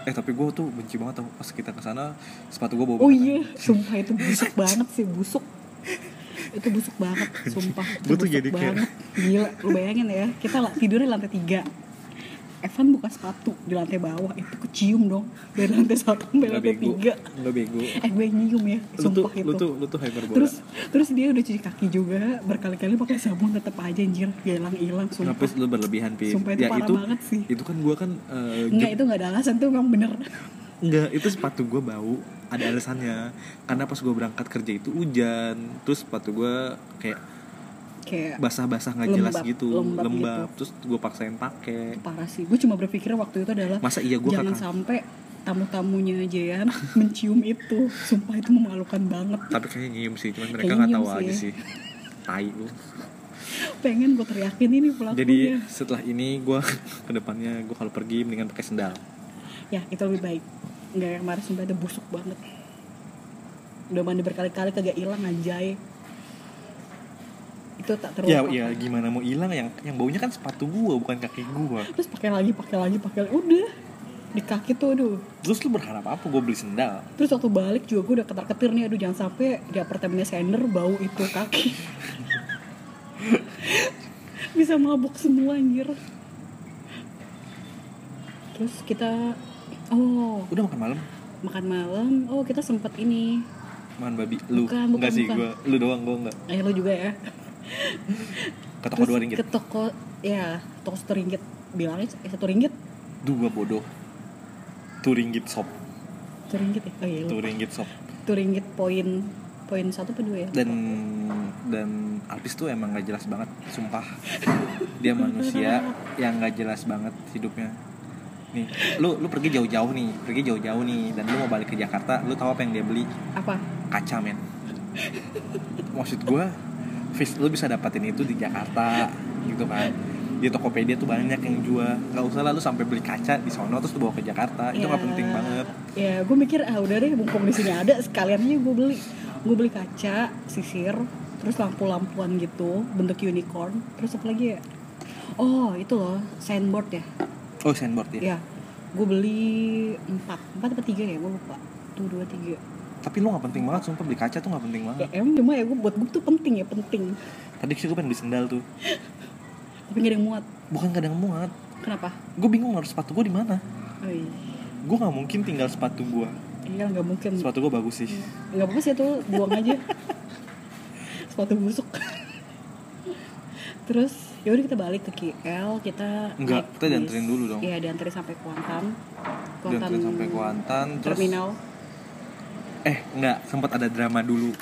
Speaker 3: eh tapi gue tuh benci banget tau pas kita kesana sepatu kan. gue bau
Speaker 2: oh
Speaker 3: banget
Speaker 2: iya sumpah itu busuk banget sih busuk itu busuk banget sumpah itu
Speaker 3: Gua tuh
Speaker 2: busuk
Speaker 3: jadi kayak-
Speaker 2: banget gila lu bayangin ya kita la- tidur di lantai tiga Evan buka sepatu di lantai bawah itu kecium dong dari lantai satu sampai
Speaker 3: Nggak
Speaker 2: lantai
Speaker 3: bego
Speaker 2: tiga
Speaker 3: nggak bego
Speaker 2: eh gue nyium ya
Speaker 3: lu tuh
Speaker 2: sumpah itu
Speaker 3: lu tuh lu tuh hyperbola
Speaker 2: terus terus dia udah cuci kaki juga berkali-kali pakai sabun tetap aja anjir hilang hilang sumpah
Speaker 3: Kenapa lu berlebihan pi? Ya,
Speaker 2: Sumpah, itu parah banget sih.
Speaker 3: Itu kan gua kan eh,
Speaker 2: nggak
Speaker 3: jep-
Speaker 2: itu nggak ada alasan tuh emang bener
Speaker 3: enggak, itu sepatu gua bau. Ada alasannya. Karena pas gua berangkat kerja itu hujan. Terus sepatu gua kayak
Speaker 2: kayak
Speaker 3: basah-basah nggak jelas
Speaker 2: Lembab,
Speaker 3: gitu,
Speaker 2: lembab
Speaker 3: Terus gua paksain pakai.
Speaker 2: parah sih gue cuma berpikir waktu itu adalah
Speaker 3: Masa iya gua
Speaker 2: jangan
Speaker 3: kakak?
Speaker 2: sampai tamu-tamunya Jean mencium itu sumpah itu memalukan banget
Speaker 3: Tapi kayaknya nyium sih, cuman mereka
Speaker 2: Kayaknya
Speaker 3: nggak
Speaker 2: nyium
Speaker 3: tahu
Speaker 2: sih
Speaker 3: aja
Speaker 2: ya.
Speaker 3: sih. Tai lu.
Speaker 2: pengen gue teriakin ini pelakunya
Speaker 3: Jadi setelah ini gua kedepannya gua kalau pergi mendingan pakai sendal.
Speaker 2: ya itu lebih baik nggak yang kemarin sumpah itu busuk banget udah mandi berkali-kali kagak hilang anjay itu tak
Speaker 3: Ya,
Speaker 2: terlupakan
Speaker 3: ya gimana mau hilang yang yang baunya kan sepatu gua bukan kaki gua.
Speaker 2: terus pakai lagi pakai lagi pakai lagi. udah di kaki tuh aduh
Speaker 3: Terus lu berharap apa gua beli sendal?
Speaker 2: terus waktu balik juga gue udah ketar ketir nih aduh jangan sampai di apartemennya sender bau itu kaki bisa mabuk semua anjir terus kita oh
Speaker 3: Udah makan malam?
Speaker 2: makan malam oh kita sempet ini
Speaker 3: Makan babi lu.
Speaker 2: Bukan, bukan,
Speaker 3: enggak sih
Speaker 2: bukan.
Speaker 3: gua, lu doang gua enggak.
Speaker 2: eh lo juga ya
Speaker 3: Ke toko
Speaker 2: Terus
Speaker 3: 2 ringgit.
Speaker 2: ke toko ya toko satu ringgit bilangnya eh, satu ringgit
Speaker 3: Dua bodoh. 2 ringgit sop.
Speaker 2: satu ringgit ya oh iya
Speaker 3: 2
Speaker 2: lupa.
Speaker 3: ringgit sop.
Speaker 2: satu ringgit poin poin satu apa dua ya
Speaker 3: Dan dan Alpis tuh emang gak jelas banget, sumpah. Dia manusia yang gak jelas banget hidupnya. Nih, lu lu pergi jauh-jauh nih, pergi jauh-jauh nih dan lu mau balik ke Jakarta, lu tahu apa yang dia beli?
Speaker 2: apa
Speaker 3: Kaca, men. Maksud gua, Fis, lu bisa dapatin itu di Jakarta gitu kan di Tokopedia tuh banyak yang jual nggak usah lalu sampai beli kaca di sono terus dibawa ke Jakarta Nah, itu
Speaker 2: Ya,
Speaker 3: nggak penting banget
Speaker 2: ya gue mikir ah udah deh mumpung di sini ada sekalian aja gue beli gue beli kaca sisir terus lampu-lampuan gitu bentuk unicorn terus apa lagi ya oh itu loh sandboard ya
Speaker 3: oh sandboard ya
Speaker 2: ya gue beli empat empat apa tiga ya gue lupa tuh dua tiga
Speaker 3: tapi lu nggak penting banget sumpah beli kaca tuh nggak penting
Speaker 2: ya
Speaker 3: banget
Speaker 2: emang cuma ya gue buat gue tuh penting ya penting
Speaker 3: tadi sih gue pengen beli sendal tuh
Speaker 2: tapi gak ada yang muat
Speaker 3: bukan kadang muat
Speaker 2: kenapa
Speaker 3: gue bingung harus sepatu gue di mana
Speaker 2: Oi,
Speaker 3: gue nggak mungkin tinggal sepatu gue
Speaker 2: iya nggak mungkin
Speaker 3: sepatu gue bagus sih
Speaker 2: nggak apa-apa sih itu buang aja sepatu busuk terus yaudah kita balik ke KL kita
Speaker 3: Enggak,
Speaker 2: naik
Speaker 3: kita
Speaker 2: bis.
Speaker 3: dianterin dulu dong.
Speaker 2: iya dianterin sampai Kuantan
Speaker 3: dan sampai ke Kuantan terus
Speaker 2: terminal
Speaker 3: eh nggak sempat ada drama dulu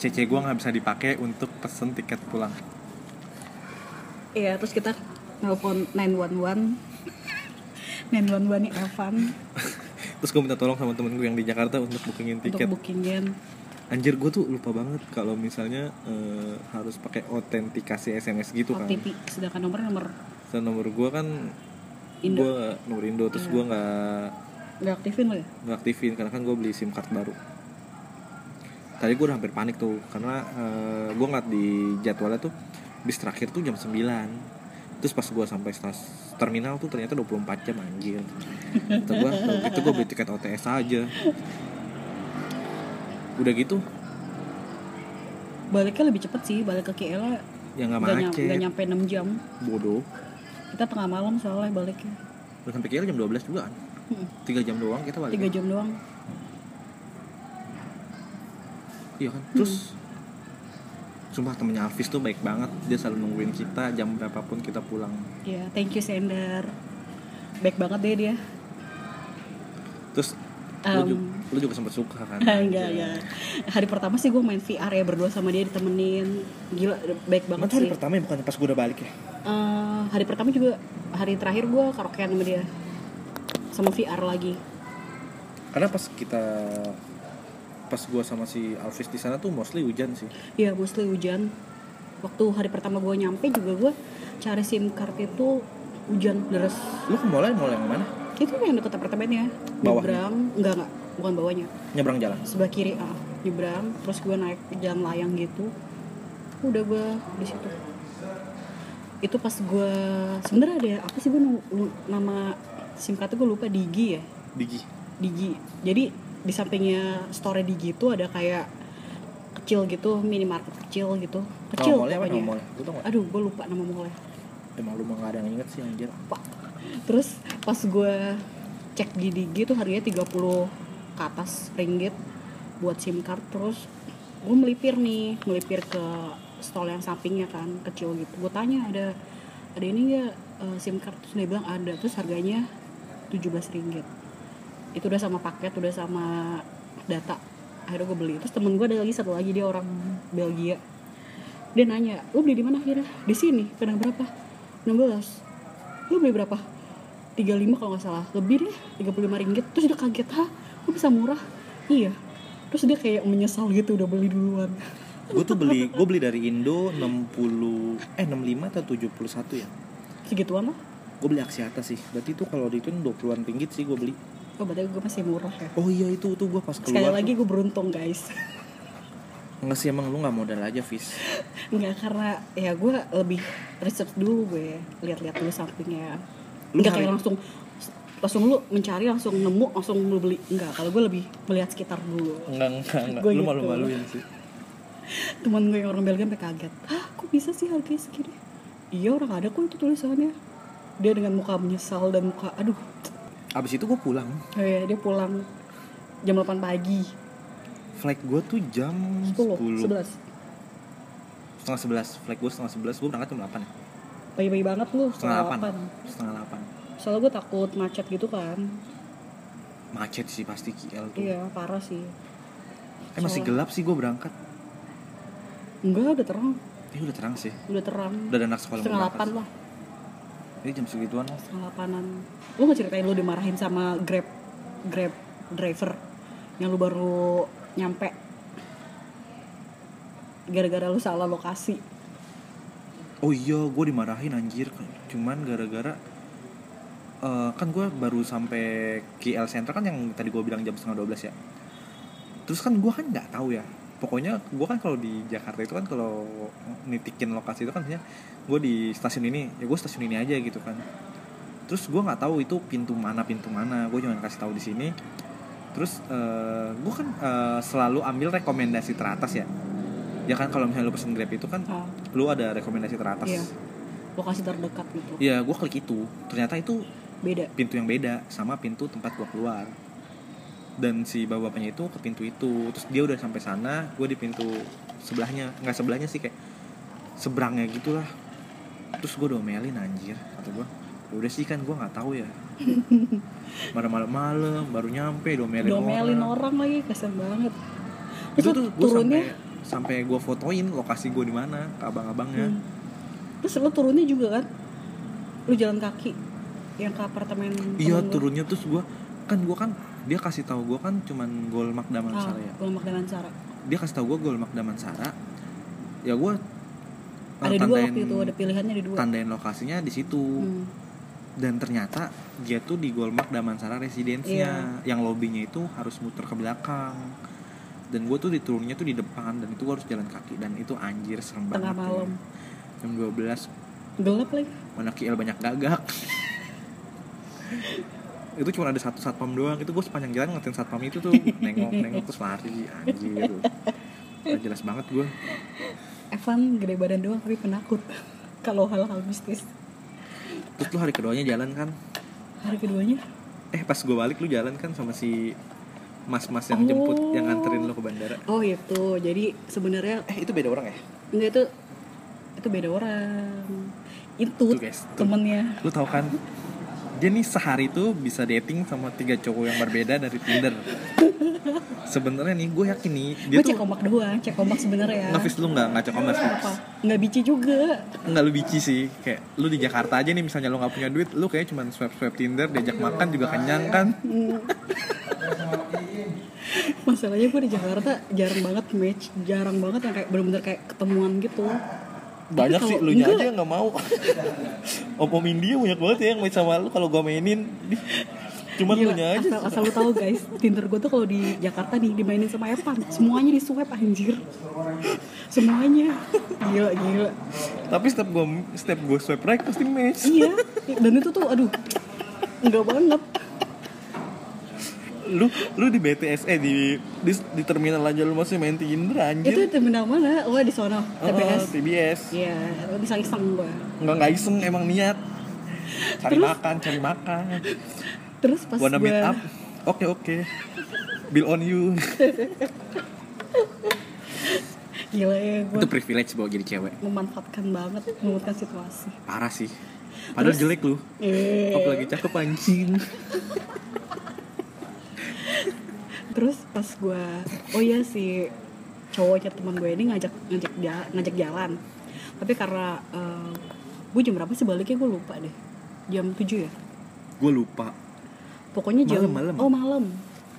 Speaker 3: CC gue nggak bisa dipakai untuk pesen tiket pulang
Speaker 2: iya terus kita nelfon 911 911 nih Evan
Speaker 3: terus gue minta tolong sama temen gue yang di Jakarta untuk bookingin
Speaker 2: untuk
Speaker 3: tiket
Speaker 2: bookingin
Speaker 3: anjir gue tuh lupa banget kalau misalnya eh, harus pakai autentikasi SMS gitu kan
Speaker 2: OTP sedangkan nomor nomor
Speaker 3: dan nomor gue kan
Speaker 2: Indo.
Speaker 3: gue nomor Indo terus
Speaker 2: Iya.
Speaker 3: gue nggak
Speaker 2: nggak aktifin lo ya
Speaker 3: nggak aktifin karena kan gue beli sim card baru tadi gue udah hampir panik tuh karena eh, gue ngeliat di jadwalnya tuh bis terakhir tuh jam 9 terus pas gue sampai stas terminal tuh ternyata 24 jam anjir kata gue kalau gitu gue beli tiket OTS aja udah gitu
Speaker 2: Baliknya lebih cepet sih, balik ke KL
Speaker 3: ya nggak
Speaker 2: nggak nyam-
Speaker 3: macet
Speaker 2: nggak nyampe 6 jam.
Speaker 3: bodoh
Speaker 2: Kita tengah malam soalnya baliknya.
Speaker 3: udah sampai KL jam 12 juga kan
Speaker 2: Mm-mm.
Speaker 3: tiga jam doang kita balik
Speaker 2: Tiga jam doang.
Speaker 3: Iya kan? Terus
Speaker 2: Hmm.
Speaker 3: Sumpah temennya Alvis tuh baik banget Dia selalu nungguin kita jam berapapun kita pulang
Speaker 2: Ya, thank you Sender. Baik banget deh dia.
Speaker 3: Terus lu,
Speaker 2: Um.
Speaker 3: juga, lu juga sempet suka kan?
Speaker 2: enggak, enggak. Hari pertama sih gue main VR ya berdua sama dia ditemenin. Gila, baik banget
Speaker 3: Emang tuh hari
Speaker 2: sih.
Speaker 3: pertama ya bukan pas gue udah balik ya?
Speaker 2: Eh, hari pertama juga hari terakhir gue karaokean sama dia sama VR lagi
Speaker 3: Karena pas kita Pas gue sama si Alvis di sana tuh mostly hujan sih
Speaker 2: ya mostly hujan waktu hari pertama gue nyampe juga gue cari sim card itu hujan deras
Speaker 3: Lu ke mulai mulai yang mana?
Speaker 2: itu yang deket apartemennya
Speaker 3: Bawahnya?
Speaker 2: nyebrang enggak enggak bukan bawahnya
Speaker 3: Nyebrang jalan
Speaker 2: sebelah kiri ah nyebrang terus gue naik jalan layang gitu udah gue di situ itu pas gue sebenarnya ada apa sih gue nu- lu- nama sim card gue lupa Digi ya
Speaker 3: Digi
Speaker 2: Digi. Jadi di sampingnya store Digi itu ada kayak kecil gitu, minimarket kecil gitu. Kecil
Speaker 3: Nama mallnya apa
Speaker 2: pokoknya.
Speaker 3: nama mallnya? Lu tau gak?
Speaker 2: Aduh, gue lupa nama mallnya.
Speaker 3: Emang lu mah gak ada yang inget sih anjir
Speaker 2: Lupa. Terus pas gue cek di Digi tuh harganya 30 ke atas ringgit buat SIM card terus gue melipir nih, melipir ke stall yang sampingnya kan, kecil gitu. Gue tanya ada ada ini nggak eh, SIM card terus dia bilang ada terus harganya 17 ringgit itu udah sama paket udah sama data akhirnya gue beli terus temen gue ada lagi satu lagi dia orang Belgia dia nanya lu beli di mana akhirnya di sini kena berapa 16 lu beli berapa 35 kalau nggak salah lebih deh 35 ringgit terus dia kaget hah lu bisa murah iya terus dia kayak menyesal gitu udah beli duluan
Speaker 3: Gue tuh beli Gue beli dari Indo 60 Eh 65 atau 71 ya
Speaker 2: segituan lah
Speaker 3: gue beli aksi atas sih berarti itu kalau dihitung 20-an ringgit sih gue beli
Speaker 2: oh berarti gue masih murah ya
Speaker 3: oh iya itu tuh gue pas keluar
Speaker 2: sekali
Speaker 3: tuh.
Speaker 2: lagi gue beruntung guys
Speaker 3: nggak sih emang lu nggak modal aja Fis
Speaker 2: Enggak karena ya gue lebih research dulu gue lihat-lihat dulu sampingnya.
Speaker 3: Lu
Speaker 2: Enggak
Speaker 3: hari-
Speaker 2: kayak langsung langsung lu mencari langsung nemu langsung lu beli enggak kalau gue lebih melihat sekitar dulu
Speaker 3: enggak enggak enggak
Speaker 2: Gua
Speaker 3: lu
Speaker 2: gitu.
Speaker 3: malu maluin sih
Speaker 2: teman gue yang orang Belgia sampai kaget ah kok bisa sih harganya segini iya orang ada kok itu tulisannya dia dengan muka menyesal dan muka aduh
Speaker 3: abis itu gue pulang
Speaker 2: oh ya, dia pulang jam 8 pagi
Speaker 3: flight gue tuh jam
Speaker 2: 10,
Speaker 3: 10,
Speaker 2: 11
Speaker 3: setengah 11 flight gue setengah 11 gue berangkat jam 8
Speaker 2: pagi-pagi banget lu
Speaker 3: setengah 8
Speaker 2: 8.
Speaker 3: setengah 8
Speaker 2: soalnya gue takut macet gitu kan
Speaker 3: macet sih pasti KL tuh
Speaker 2: iya parah sih
Speaker 3: eh masih
Speaker 2: Soalnya-
Speaker 3: gelap sih gue berangkat
Speaker 2: enggak udah terang
Speaker 3: ini udah terang sih
Speaker 2: udah terang
Speaker 3: udah ada anak sekolah mau
Speaker 2: setengah
Speaker 3: berangkat.
Speaker 2: delapan lah
Speaker 3: ini jam segituan lah
Speaker 2: setengah delapanan lu nggak ceritain lu dimarahin sama grab grab driver yang lu baru nyampe gara-gara lu salah lokasi
Speaker 3: Oh iya, gue dimarahin anjir. Cuman gara-gara eh, kan gue baru sampai KL Center kan yang tadi gue bilang jam setengah 12 ya. Terus kan gue kan nggak tahu ya. Pokoknya gue kan kalau di Jakarta itu kan kalau nitikin lokasi itu kan misalnya gue di stasiun ini, ya gue stasiun ini aja gitu kan. Terus gue nggak tahu itu pintu mana pintu mana. Gue cuma kasih tahu di sini. Terus gue kan eh, selalu ambil rekomendasi teratas ya. Ya kan kalau misalnya lu pesen Grab itu kan
Speaker 2: Ah,
Speaker 3: lu ada rekomendasi teratas
Speaker 2: Iya. lokasi terdekat gitu
Speaker 3: ya gue klik itu ternyata itu
Speaker 2: beda
Speaker 3: pintu yang beda sama pintu tempat gue keluar dan si bapak-bapaknya itu ke pintu itu terus dia udah sampai sana gue di pintu sebelahnya nggak sebelahnya sih kayak seberangnya gitulah terus gue domelin anjir kata gue udah sih kan gue nggak tahu ya malam malam malam baru nyampe domelin,
Speaker 2: domelin
Speaker 3: orang.
Speaker 2: orang lagi kasian banget terus
Speaker 3: itu
Speaker 2: lu
Speaker 3: tuh gue sampai
Speaker 2: turunnya
Speaker 3: sampai gue fotoin lokasi gue di mana ke abang-abangnya
Speaker 2: Hmm. terus lu turunnya juga kan lu jalan kaki yang ke apartemen
Speaker 3: Iya
Speaker 2: temen lu.
Speaker 3: turunnya terus gue kan gue kan dia kasih tahu gue kan cuman gol
Speaker 2: ah,
Speaker 3: Magdamansara ya.
Speaker 2: Pulau Magdalan Sara
Speaker 3: Dia kasih tahu gue gol Magdamansara. Ya gue
Speaker 2: ada dua waktu itu ada pilihannya ada dua
Speaker 3: tandain lokasinya di situ
Speaker 2: Hmm.
Speaker 3: dan ternyata dia tuh di gol Magdamansara
Speaker 2: Iya.
Speaker 3: residensinya yang lobbynya itu harus muter ke belakang dan gue tuh diturunnya tuh di depan dan itu gue harus jalan kaki dan itu anjir serem banget
Speaker 2: Tengah
Speaker 3: ya.
Speaker 2: malam.
Speaker 3: jam 12
Speaker 2: gelap lagi
Speaker 3: mana KL banyak gagak itu cuma ada satu satpam doang itu gue sepanjang jalan ngeliatin satpam itu tuh nengok nengok terus lari anjir Nggak jelas banget gue
Speaker 2: Evan gede badan doang tapi penakut kalau hal-hal mistis
Speaker 3: terus lu hari keduanya jalan kan
Speaker 2: hari keduanya
Speaker 3: eh pas gue balik lu jalan kan sama si mas-mas yang jemput
Speaker 2: Oh.
Speaker 3: yang nganterin lu ke bandara
Speaker 2: oh itu jadi sebenarnya
Speaker 3: eh itu beda orang ya
Speaker 2: enggak itu itu beda orang itu
Speaker 3: Tuh, guys, tuh.
Speaker 2: temennya
Speaker 3: lu tau kan dia nih sehari tuh bisa dating sama tiga cowok yang berbeda dari Tinder sebenarnya nih gue yakin nih dia
Speaker 2: gue
Speaker 3: tuh
Speaker 2: cek ombak doang cek ombak sebenarnya ya.
Speaker 3: Nafis lu nggak ngaco komas
Speaker 2: apa nggak bici juga
Speaker 3: Nggak lu bici sih Kayak lu di Jakarta aja nih Misalnya lu nggak punya duit Lu kayak cuman swipe-swipe Tinder Diajak makan juga kenyang kan
Speaker 2: Hmm. masalahnya gue di Jakarta jarang banget match jarang banget yang kayak bener-bener kayak ketemuan gitu
Speaker 3: Banyak
Speaker 2: Tapi
Speaker 3: sih
Speaker 2: kalau
Speaker 3: Lu nya
Speaker 2: enggak-
Speaker 3: aja nggak mau Om-om India banyak banget ya Yang main sama lu Kalau gua mainin Cuman lu
Speaker 2: Gila,
Speaker 3: nya aja
Speaker 2: asal, asal lu tahu guys Tinder gue tuh kalau di Jakarta nih dimainin sama Evan semuanya di swipe anjir semuanya gila gila
Speaker 3: Tapi setiap gua Setiap gua swipe right Pasti match
Speaker 2: iya dan itu tuh aduh enggak banget
Speaker 3: Lu lu di BTS Eh di Di, di terminal aja Lu masih main Tinder
Speaker 2: itu
Speaker 3: anjir
Speaker 2: terminal mana wah di sono
Speaker 3: Oh,
Speaker 2: TBS
Speaker 3: TBS
Speaker 2: iya bisa iseng gue
Speaker 3: Nggak nggak iseng Emang niat Cari
Speaker 2: Terus?
Speaker 3: makan Cari makan
Speaker 2: terus pas
Speaker 3: Wanna
Speaker 2: gue
Speaker 3: meet up? Oke oke. Bill on you.
Speaker 2: gila ya gue
Speaker 3: Itu privilege bawa jadi cewek.
Speaker 2: memanfaatkan banget memanfaatkan situasi
Speaker 3: Parah sih. Padahal
Speaker 2: Terus?
Speaker 3: jelek lu.
Speaker 2: Eh,
Speaker 3: Apalagi cakep anjing.
Speaker 2: terus pas gue oh iya si cowoknya teman gue ini ngajak ngajak ja- ngajak jalan tapi karena gue jam berapa sih baliknya gue lupa deh jam 7 ya
Speaker 3: Gue lupa.
Speaker 2: pokoknya jam
Speaker 3: Malam, malam.
Speaker 2: oh malam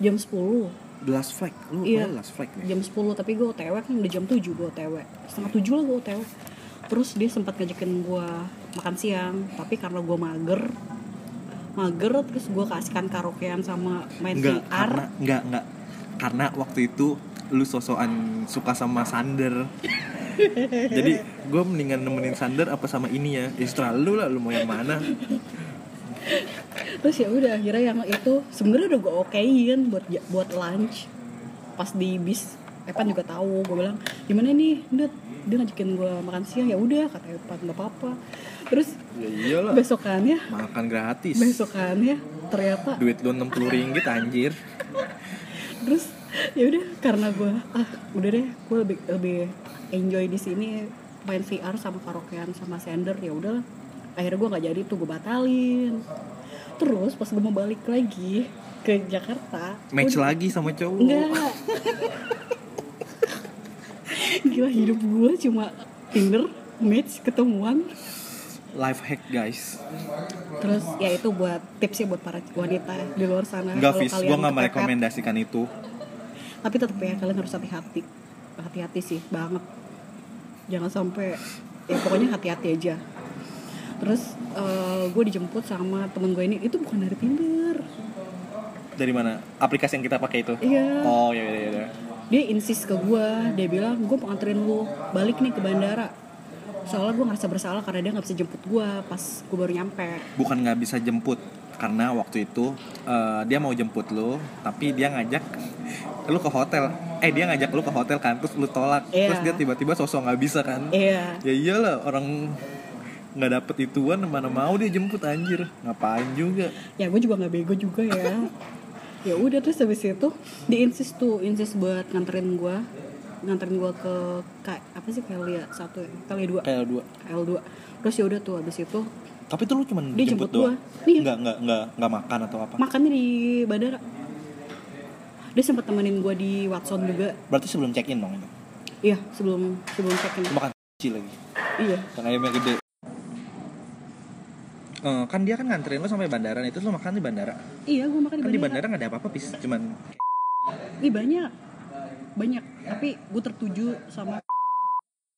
Speaker 2: jam 10
Speaker 3: Last flag. Lu iya.
Speaker 2: Iya.
Speaker 3: last flag nih.
Speaker 2: jam 10 tapi gue otw kan udah jam 7 gue otw setengah 7 lah gue otw terus dia sempat ngajakin gue makan siang tapi karena gue mager mager terus gue kasihkan karaokean sama main
Speaker 3: Enggak
Speaker 2: VR
Speaker 3: karena enggak enggak. Karena waktu itu lu sosokan suka sama Sander. Jadi gue mendingan nemenin Sander apa sama ini ya. Istra lu lah lu mau yang mana?
Speaker 2: terus ya udah akhirnya yang itu sebenarnya udah gue okein kan buat buat lunch pas di bis Evan juga tahu gue bilang gimana nih Dit?" dia ngajakin gue makan siang ya udah kata Evan nggak apa-apa terus
Speaker 3: Ya iyalah.
Speaker 2: besokannya
Speaker 3: Makan gratis.
Speaker 2: besokannya ternyata
Speaker 3: Duit lu 60 ringgit anjir.
Speaker 2: terus ya udah karena gue ah udah deh gue lebih lebih enjoy di sini main VR sama karaokean sama sender ya udah akhirnya gue nggak jadi tuh gue batalin terus pas gue mau balik lagi ke Jakarta
Speaker 3: Match
Speaker 2: udah-
Speaker 3: lagi sama cowok.
Speaker 2: enggak gila hidup gue cuma Tinder match ketemuan
Speaker 3: life hack guys
Speaker 2: terus ya itu buat tipsnya buat para wanita di luar sana
Speaker 3: Enggak
Speaker 2: Nah, Kalau
Speaker 3: Fis,
Speaker 2: kalian
Speaker 3: gue gak
Speaker 2: kepepet-
Speaker 3: merekomendasikan itu
Speaker 2: tapi tetap ya kalian harus hati-hati hati-hati sih banget jangan sampai ya pokoknya hati-hati aja terus gue dijemput sama temen gue ini itu bukan dari Tinder
Speaker 3: Dari mana? Aplikasi yang kita pakai itu?
Speaker 2: Iya.
Speaker 3: Oh iya iya iya
Speaker 2: dia insist ke gue dia bilang gue mau nganterin lu balik nih ke bandara soalnya gue ngerasa bersalah karena dia nggak bisa jemput gue pas gue baru nyampe
Speaker 3: Bukan gak bisa jemput Karena waktu itu eh, dia mau jemput lo Tapi dia ngajak lu ke hotel Eh dia ngajak lu ke hotel kan Terus lu tolak
Speaker 2: Iya.
Speaker 3: Terus dia tiba-tiba sosok gak bisa kan
Speaker 2: iya
Speaker 3: Ya iyalah orang nggak dapet ituan mana mau dia jemput anjir ngapain juga
Speaker 2: ya gue juga nggak bego juga ya ya udah terus habis itu di insist tuh insist buat nganterin gue nganterin gue ke K- apa sih KLIA satu ya KLIA dua
Speaker 3: kayak dua
Speaker 2: KL dua terus ya udah tuh habis itu
Speaker 3: tapi tuh lu cuman
Speaker 2: Dia
Speaker 3: jemput,
Speaker 2: jemput
Speaker 3: doang
Speaker 2: gua. Iya.
Speaker 3: nggak nggak nggak nggak makan atau apa
Speaker 2: makannya di bandara dia sempat temenin gue di Watson juga
Speaker 3: berarti sebelum check in dong itu
Speaker 2: iya sebelum sebelum check in
Speaker 3: Lu makan kecil lagi
Speaker 2: iya
Speaker 3: yang Kan ayamnya gede
Speaker 1: Eh, kan dia kan nganterin lo sampai bandara itu lo makan di bandara
Speaker 2: iya gue makan
Speaker 1: kan di
Speaker 2: di bandara
Speaker 1: bandara nggak ada apa-apa pis cuman
Speaker 2: Ih banyak banyak tapi gue tertuju sama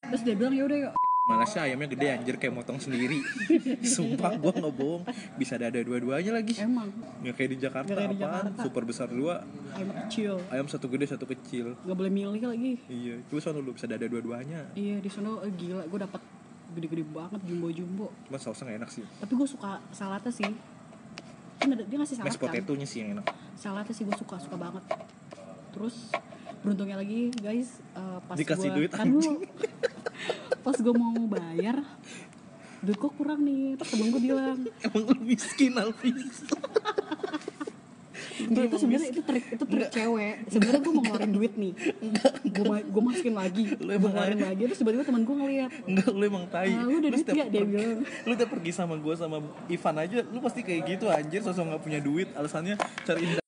Speaker 2: terus dia bilang ya udah yuk
Speaker 3: malah sih ayamnya gede anjir kayak motong sendiri sumpah gua nggak bohong bisa ada ada dua-duanya lagi
Speaker 2: emang
Speaker 3: nggak kayak di Jakarta
Speaker 2: Nggak kayak di
Speaker 3: apaan
Speaker 2: Jakarta.
Speaker 3: super besar dua
Speaker 2: ayam kecil
Speaker 3: ayam satu gede satu kecil
Speaker 2: nggak boleh milih lagi
Speaker 3: iya itu soalnya lu bisa ada dua-duanya
Speaker 2: Iya di sono eh, gila gue dapat gede-gede banget jumbo-jumbo
Speaker 3: Cuma sausnya gak enak sih.
Speaker 2: tapi gue suka saladnya sih kan ada, dia ngasih salad
Speaker 3: Mashed
Speaker 2: kan
Speaker 3: potato-nya sih yang enak.
Speaker 2: saladnya sih gue suka suka banget terus beruntungnya lagi guys eh, pas
Speaker 3: Dikasih
Speaker 2: gua,
Speaker 3: duit,
Speaker 2: aduh,
Speaker 3: anjing.
Speaker 2: pas gue mau bayar duit gue kurang nih terus temen gue bilang
Speaker 3: Emang lu miskin Alvis.
Speaker 2: Jadi itu sebenarnya itu trik itu trik cewek. Sebenarnya gue mau ngeluarin duit nih. Gue gue masukin lagi.
Speaker 3: Lu
Speaker 2: Gue
Speaker 3: emang
Speaker 2: ngeluarin lagi terus tiba-tiba teman gue ngeliat.
Speaker 3: Enggak, lu emang tai.
Speaker 2: Ah, lu udah duit
Speaker 3: setiap
Speaker 2: nggak? Dia
Speaker 3: pergi-
Speaker 2: bilang.
Speaker 3: Lu udah pergi sama gue sama Ivan aja, lu pasti kayak gitu anjir, sosok nggak punya duit, alasannya cari indah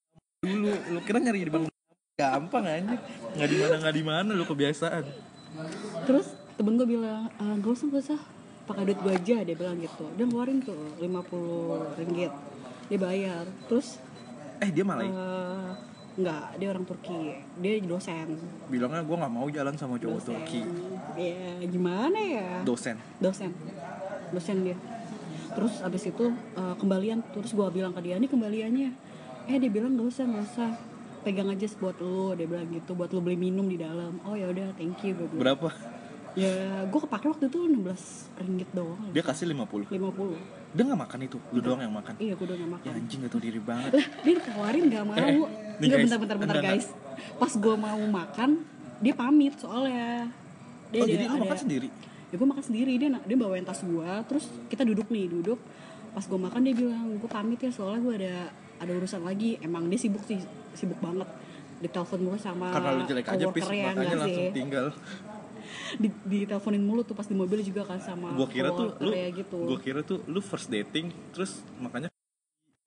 Speaker 3: dulu. Lu kira nyari di bangun gampang anjir. Nggak di mana nggak di mana lu kebiasaan.
Speaker 2: Terus temen gue bilang, "Ah, gak usah gak usah pakai duit gue aja dia bilang gitu. Dia ngeluarin tuh 50 ringgit. Dia bayar. Terus
Speaker 3: Eh dia malah
Speaker 2: eh nggak dia orang Turki. Dia dosen.
Speaker 3: bilangnya gue nggak mau jalan sama cowok
Speaker 2: Dosen.
Speaker 3: Turki.
Speaker 2: Ya gimana ya?
Speaker 3: Dosen.
Speaker 2: dosen dosen dia terus abis itu eh, kembalian terus gua bilang ke dia ini kembaliannya eh dia bilang gak usah gak usah pegang aja buat lo dia bilang gitu buat lo beli minum di dalam oh ya udah thank you gue bilang
Speaker 3: Berapa?
Speaker 2: ya gue kepake waktu itu 16 ringgit doang
Speaker 3: Dia kasih 50.
Speaker 2: 50
Speaker 3: Dia nggak makan itu, lu doang yang makan.
Speaker 2: iya gue udah gak
Speaker 3: Ya
Speaker 2: makan
Speaker 3: anjing gak tau diri banget.
Speaker 2: lah dia ditawarin gak mau
Speaker 3: nih Eh,
Speaker 2: nggak
Speaker 3: guys,
Speaker 2: bentar bentar bentar
Speaker 3: enggak,
Speaker 2: guys pas gue mau makan dia pamit soalnya dia,
Speaker 3: oh
Speaker 2: Iya, dia
Speaker 3: jadi lu
Speaker 2: ada-
Speaker 3: makan sendiri?
Speaker 2: ya gue makan sendiri dia dia bawain tas gue terus kita duduk nih duduk pas gue makan dia bilang gue pamit ya soalnya gue ada ada urusan lagi emang dia sibuk sih sibuk banget ditelepon mulu sama
Speaker 3: Karena lu jelek aja pis,
Speaker 2: coworker-nya,
Speaker 3: makanya
Speaker 2: enggak
Speaker 3: langsung
Speaker 2: sih.
Speaker 3: tinggal.
Speaker 2: di, diteleponin mulu tuh pas di mobil juga kan sama
Speaker 3: Gua kira tuh lu,
Speaker 2: coworker-nya gitu
Speaker 3: gua kira tuh lu first dating, terus makanya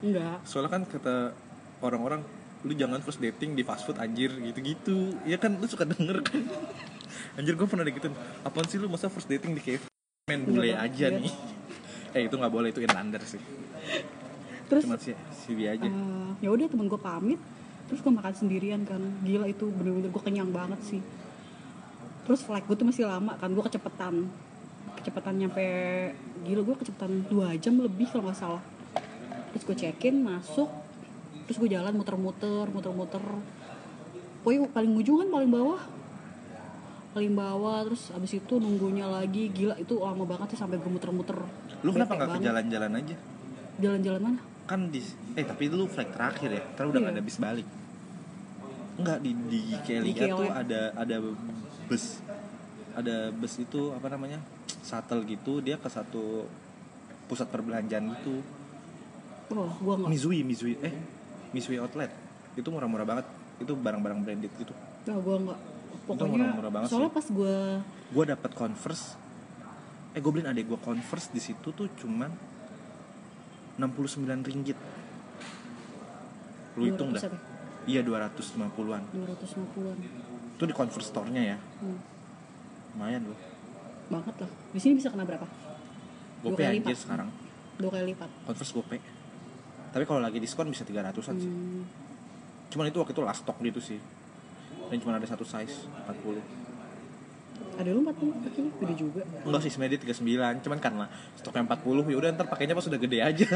Speaker 2: enggak
Speaker 3: soalnya kan kata orang-orang lu jangan first dating di fast food anjir gitu-gitu ya kan lu suka denger kan anjir gue pernah digituin apaan sih lu masa first dating di KFC main bule
Speaker 2: Enggak,
Speaker 3: aja
Speaker 2: enggak.
Speaker 3: nih eh itu nggak boleh itu inlander sih
Speaker 2: terus
Speaker 3: cuma si si dia aja
Speaker 2: eh, ya udah temen gue pamit terus gue makan sendirian kan gila itu bener-bener gue kenyang banget sih terus flight gue tuh masih lama kan gue kecepetan kecepetan nyampe gila gue kecepetan dua jam lebih kalau nggak salah terus gue check in masuk terus gue jalan muter-muter muter-muter pokoknya paling ujung kan paling bawah paling bawah terus abis itu nunggunya lagi gila itu lama banget tuh sampai gue muter-muter
Speaker 3: lu kenapa
Speaker 2: Bete
Speaker 3: nggak ke
Speaker 2: banget.
Speaker 3: jalan-jalan aja
Speaker 2: jalan-jalan mana
Speaker 3: kan di eh tapi lu flight terakhir ya terus udah nggak
Speaker 2: Iya.
Speaker 3: ada bis balik Enggak di di
Speaker 2: Di
Speaker 3: Kelia tuh
Speaker 2: Kelia.
Speaker 3: ada ada bus ada bus itu apa namanya shuttle gitu dia ke satu pusat perbelanjaan gitu
Speaker 2: oh gue nggak
Speaker 3: Mizui Mizui eh Mizui outlet itu murah-murah banget itu barang-barang branded gitu
Speaker 2: Nah, gue nggak pokoknya
Speaker 3: murah-murah banget
Speaker 2: soalnya
Speaker 3: sih.
Speaker 2: pas gue
Speaker 3: gue dapat converse eh gue beliin adek gue converse di situ tuh cuman 69 ringgit lu hitung dah
Speaker 2: 200 apa?
Speaker 3: iya
Speaker 2: ya?
Speaker 3: 250-an
Speaker 2: 250-an
Speaker 3: itu di converse store-nya ya
Speaker 2: hmm,
Speaker 3: lumayan loh
Speaker 2: banget lah di sini bisa kena berapa Dua
Speaker 3: gopay
Speaker 2: kali
Speaker 3: anjir
Speaker 2: lipat.
Speaker 3: sekarang
Speaker 2: dua kali lipat
Speaker 3: converse gopay tapi kalau lagi diskon bisa 300-an sih
Speaker 2: hmm,
Speaker 3: cuman itu waktu itu last stock gitu sih dan cuma ada satu size 40
Speaker 2: ada lu empat puluh kakinya gede juga
Speaker 3: Enggak sih sebenarnya dia 39 Cuman karena stoknya 40 ya udah ntar pakainya pas udah gede aja